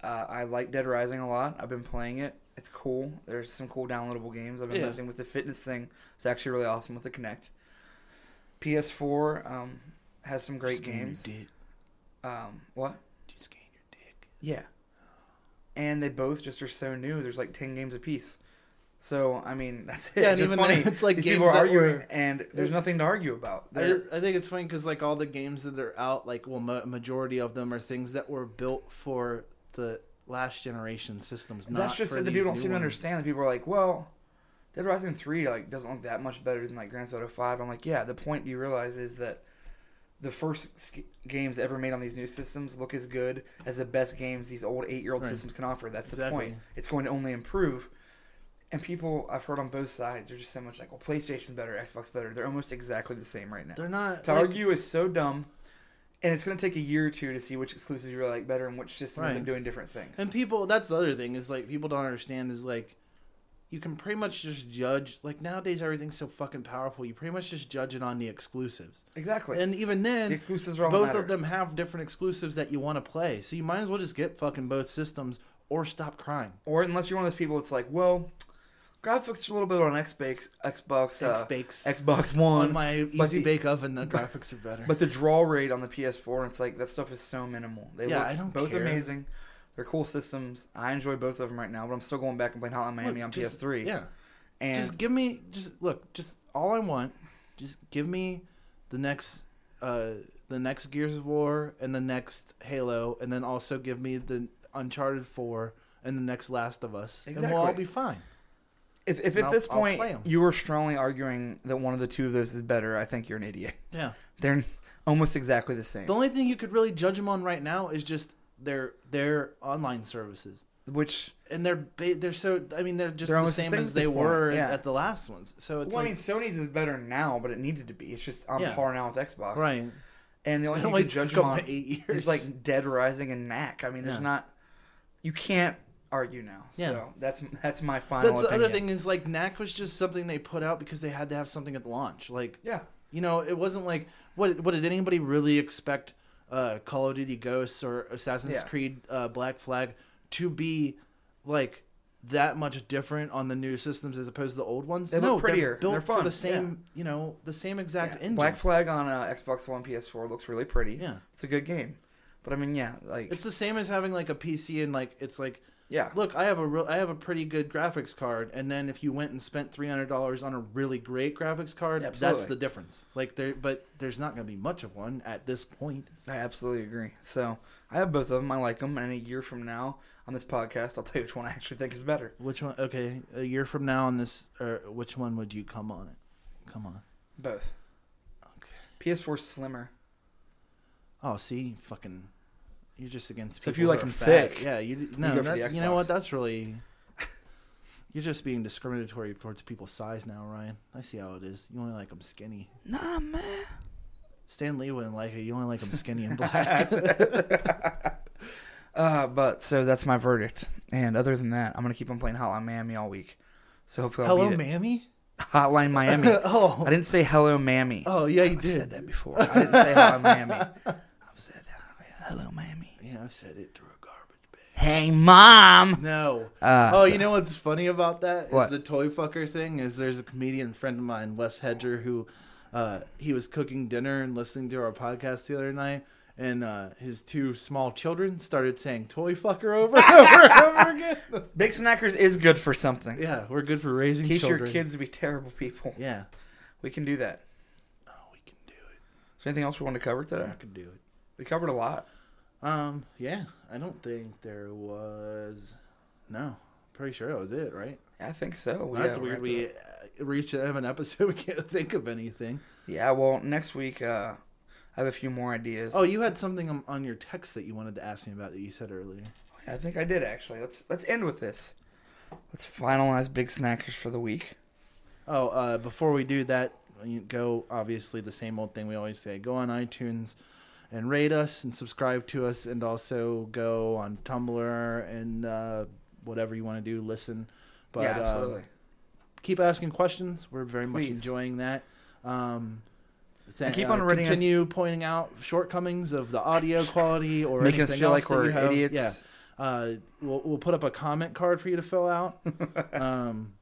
Uh, I like Dead Rising a lot. I've been playing it. It's cool. There's some cool downloadable games. I've been
Yeah.
messing with the fitness thing. It's actually really awesome with the Kinect. PS4 um, has some great games. Um, what? Yeah. And they both just are so new. There's like ten games apiece. So I mean, that's it.
Yeah,
it's
and
just
even
funny.
then, it's like
These
games
people are
that
arguing,
were-
and there's nothing to argue about.
I,
They're-
just- I think it's funny because like all the games that are out, like well, ma- majority of them are things that were built for the last generation systems. Not
that's just
for
it. The
these
people don't
new
seem to
ones.
understand. The people are like, well, Dead Rising three like doesn't look that much better than like Grand Theft Auto five. I'm like, yeah. The point you realize is that the first s- games ever made on these new systems look as good as the best games these old eight year old
Right.
systems can offer. That's the
Exactly.
point. It's going to only improve. And people I've heard on both sides are just so much like, well, PlayStation's better, Xbox better. They're almost exactly the same right now.
They're not.
to
like-
argue is so dumb. And it's going to take a year or two to see which exclusives you really like better and which systems are
Right.
doing different things.
And people, that's the other thing is like people don't understand is like you can pretty much just judge. Like nowadays, everything's so fucking powerful. You pretty much just judge it on the exclusives.
exactly.
And even then,
the exclusives are all
both
matter.
of them have different exclusives that you want to play. So you might as well just get fucking both systems or stop crying.
Or unless you're one of those people that's like, well, graphics are a little bit on Xbox, Xbox, uh,
Xbox
Xbox One,
on my
but
easy
the-
bake oven, the graphics are better.
but the draw rate on the PS4, and it's like that stuff is so minimal. They
Yeah,
look
I don't
both
care.
amazing. They're cool systems. I enjoy both of them right now, but I'm still going back and playing Hotline
Look,
Miami on
just-
PS3.
Yeah,
and
just give me just look, just all I want, just give me the next uh the next Gears of War and the next Halo, and then also give me the Uncharted Four and the next Last of Us, and we'll all
Exactly.
be fine.
if, if
and
at
I'll-
this
I'll
point
play 'em.
you were strongly arguing that one of the two of those is better, I think you're an idiot.
Yeah.
They're almost exactly the same.
The only thing you could really judge them on right now is just their their online services.
Which
and they're ba- they're so I mean they're just
They're
the
almost the
same
same
as
at
they
this point,
were
yeah.
at the last ones. So it's
well, I
like
mean, Sony's is better now, but it needed to be. It's just on
Yeah.
par now with Xbox,
right.
And the only
It
thing
only
you can judge
took
them
them
on
eight years.
It's like Dead Rising and Knack. I mean, there's
Yeah.
not you can't argue now.
Yeah.
So that's that's my final.
that's the
opinion.
other thing is like Knack was just something they put out because they had to have something at launch. Like
Yeah.
you know, it wasn't like what what did anybody really expect uh, Call of Duty Ghosts or Assassin's
Yeah.
Creed uh, Black Flag to be like that much different on the new systems as opposed to the old ones?
They
no,
look prettier.
They're built
They're
for
fun.
the same, you know, the same exact
Yeah.
engine.
Black Flag on uh, Xbox One, PS4 looks really pretty.
Yeah.
It's a good game. But I mean, yeah, like
It's the same as having like a PC and like it's like
yeah,
look, I have a real, I have a pretty good graphics card, and then if you went and spent three hundred dollars on a really great graphics card,
Yeah,
that's
absolutely.
the difference. Like there, but there's not going to be much of one at this point.
I absolutely agree. So I have both of them. I like them. And a year from now on this podcast, I'll tell you which one I actually think is better.
Which one? Okay, a year from now on this, or which one would you come on it? Come on.
Both.
Okay.
PS4 slimmer.
Oh, see, fucking, you're just against.
So if
people
you
who
like
are
'em
fat.
thick,
yeah, you no,
go for
that-
the
you know what?
Xbox.
That's really. You're just being discriminatory towards people's size now, Ryan. I see how it is. You only like them skinny.
Nah, man.
Stan Lee wouldn't like it. You only like them skinny and black.
Uh, but so that's my verdict. And other than that, I'm gonna keep on playing Hotline Miami all week. So hopefully, I'll
Hello,
beat it.
Mammy.
Hotline Miami.
oh,
I didn't say hello, Mammy.
oh yeah, you
I've said
did.
that before. I didn't say hello, Mammy. I've said uh, hello, Mammy.
Yeah, I said it through a garbage bag.
Hey, mom.
No.
Uh,
oh,
so-
you know what's funny about that is
What?
the toy fucker thing. Is there's a comedian friend of mine, Wes Hedger, who uh, he was cooking dinner and listening to our podcast the other night, and uh, his two small children started saying "toy fucker" over and over and over again.
Big Snackers is good for something.
Yeah, we're good for raising
Teach
children.
your kids to be terrible people.
Yeah.
We can do that.
Oh, we can do it.
Is there anything else we want to cover today?
I can do it.
We covered a lot.
Um, yeah, I don't think there was. No, pretty sure that was it, right?
I think so. We,
That's
uh,
weird.
wrapped
We
it
uh, reached the end of an episode. We can't think of anything.
up. Yeah. Well, next week uh, I have a few more ideas.
Oh, you had something on- on your text that you wanted to ask me about that you said earlier.
I think I did actually. Let's let's end with this. Let's finalize Big Snackers for the week.
Oh, uh, before we do that, you go obviously the same old thing we always say. Go on iTunes and rate us and subscribe to us, and also go on Tumblr and uh, whatever you want to do. Listen, but
yeah,
uh,
absolutely.
keep asking questions. We're very much
Please.
enjoying that. Um, th-
keep
uh,
on rating us-
continue pointing out shortcomings of the audio quality or
Make us
anything
feel
else
like
that you
we're
have.
idiots.
Yeah. Uh, we'll, we'll put up a comment card for you to fill out. um,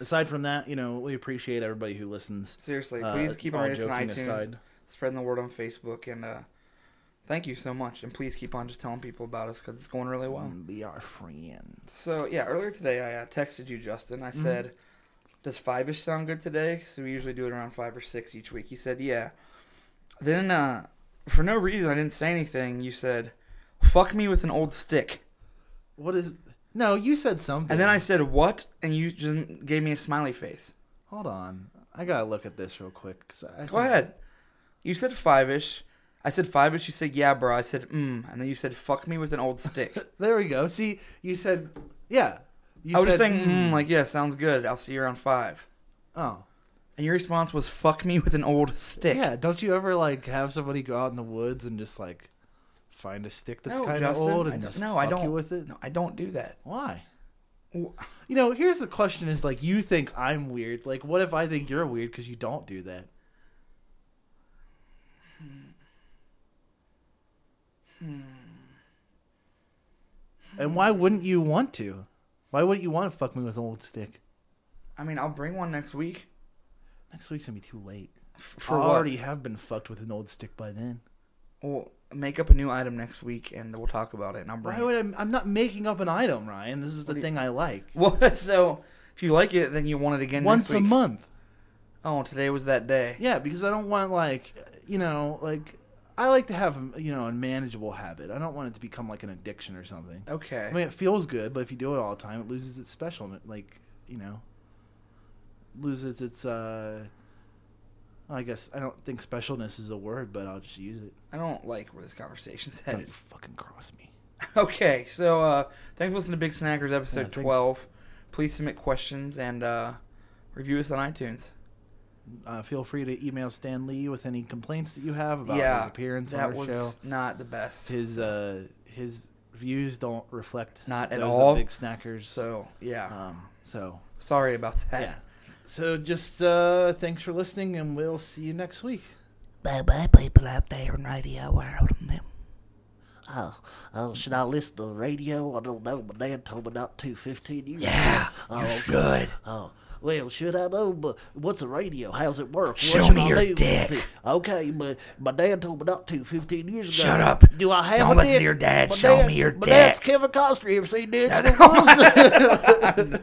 aside from that, you know, we appreciate everybody who listens.
Seriously,
Uh,
please keep on
all
rating us on iTunes,
joking aside.
spreading the word on Facebook, and uh, thank you so much. And please keep on just telling people about us because it's going really well.
And Be our friend.
So yeah, earlier today I uh, texted you, Justin. I
Mm-hmm.
said, "Does five-ish sound good today?" So we usually do it around five or six each week. He said, "Yeah." Then uh, for no reason I didn't say anything. You said, "Fuck me with an old stick,"
What is? No, you said something.
and then I said, "What?" And you just gave me a smiley face.
hold on. I gotta look at this real quick. 'cause I-
Go ahead. You said five-ish. I said five-ish. You said, "Yeah, bro." I said, "Mm," and then you said, "Fuck me with an old stick."
There we go. See, you said, yeah. You
I was just
said,
saying, mm, like, yeah, sounds good. I'll see you around five.
Oh,
And your response was, "Fuck me with an old stick."
yeah. Don't you ever like have somebody go out in the woods and just like find a stick that's
No,
kind of
Justin,
old
I
and
don't-
just
no,
fuck
I don't-
you with it?
No, I don't do that.
Why?
Wh-
You know, here's the question: Is like you think I'm weird? Like, what if I think you're weird because you don't do that? And why wouldn't you want to? Why wouldn't you want to fuck me with an old stick?
I mean, I'll bring one next week.
Next week's gonna be too late.
F- For
I
what?
already have been fucked with an old stick by then.
We'll make up a new item next week, and we'll talk about it. And I'll bring.
Why
It.
would I, I'm not making up an item, Ryan. This is the
do you-
thing I like.
Well, so if you like it, then you want it again
Once
next
a
week.
month.
Oh, today was that day.
Yeah, because I don't want like you know like I like to have you know a manageable habit. I don't want it to become like an addiction or something.
Okay.
I mean, it feels good, but if you do it all the time, it loses its special. Like you know, loses its. uh I guess I don't think specialness is a word, but I'll just use it.
I don't like where this conversation's
Don't
headed.
you fucking cross me.
okay, so uh, thanks for listening to Big Snackers
Yeah,
episode
thanks.
twelve. Please submit questions and uh, review us on iTunes.
Uh, feel free to email Stan Lee with any complaints that you have about
yeah,
his appearance
that
on our
was
show.
not the best.
His uh, his views don't reflect
Not at
those of
all.
Big snackers.
So yeah,
um, so
sorry about that.
yeah. So just uh, thanks for listening, and we'll see you next week.
Bye bye, people out there in Radio World. Oh, oh, should I listen to the radio? I don't know. My dad told me not to 15 years Yeah, oh, you should. Oh, well, should I though? But what's a radio? How's it work? What
Show
should
me
I
your
do with
dick.
it? Okay, but my dad told me not to 15 years ago.
Shut up.
Do I have
Don't
a
listen to
dick?
your dad.
My
Show me your
My dad's
dick.
Kevin Costner. You ever seen this? What was it?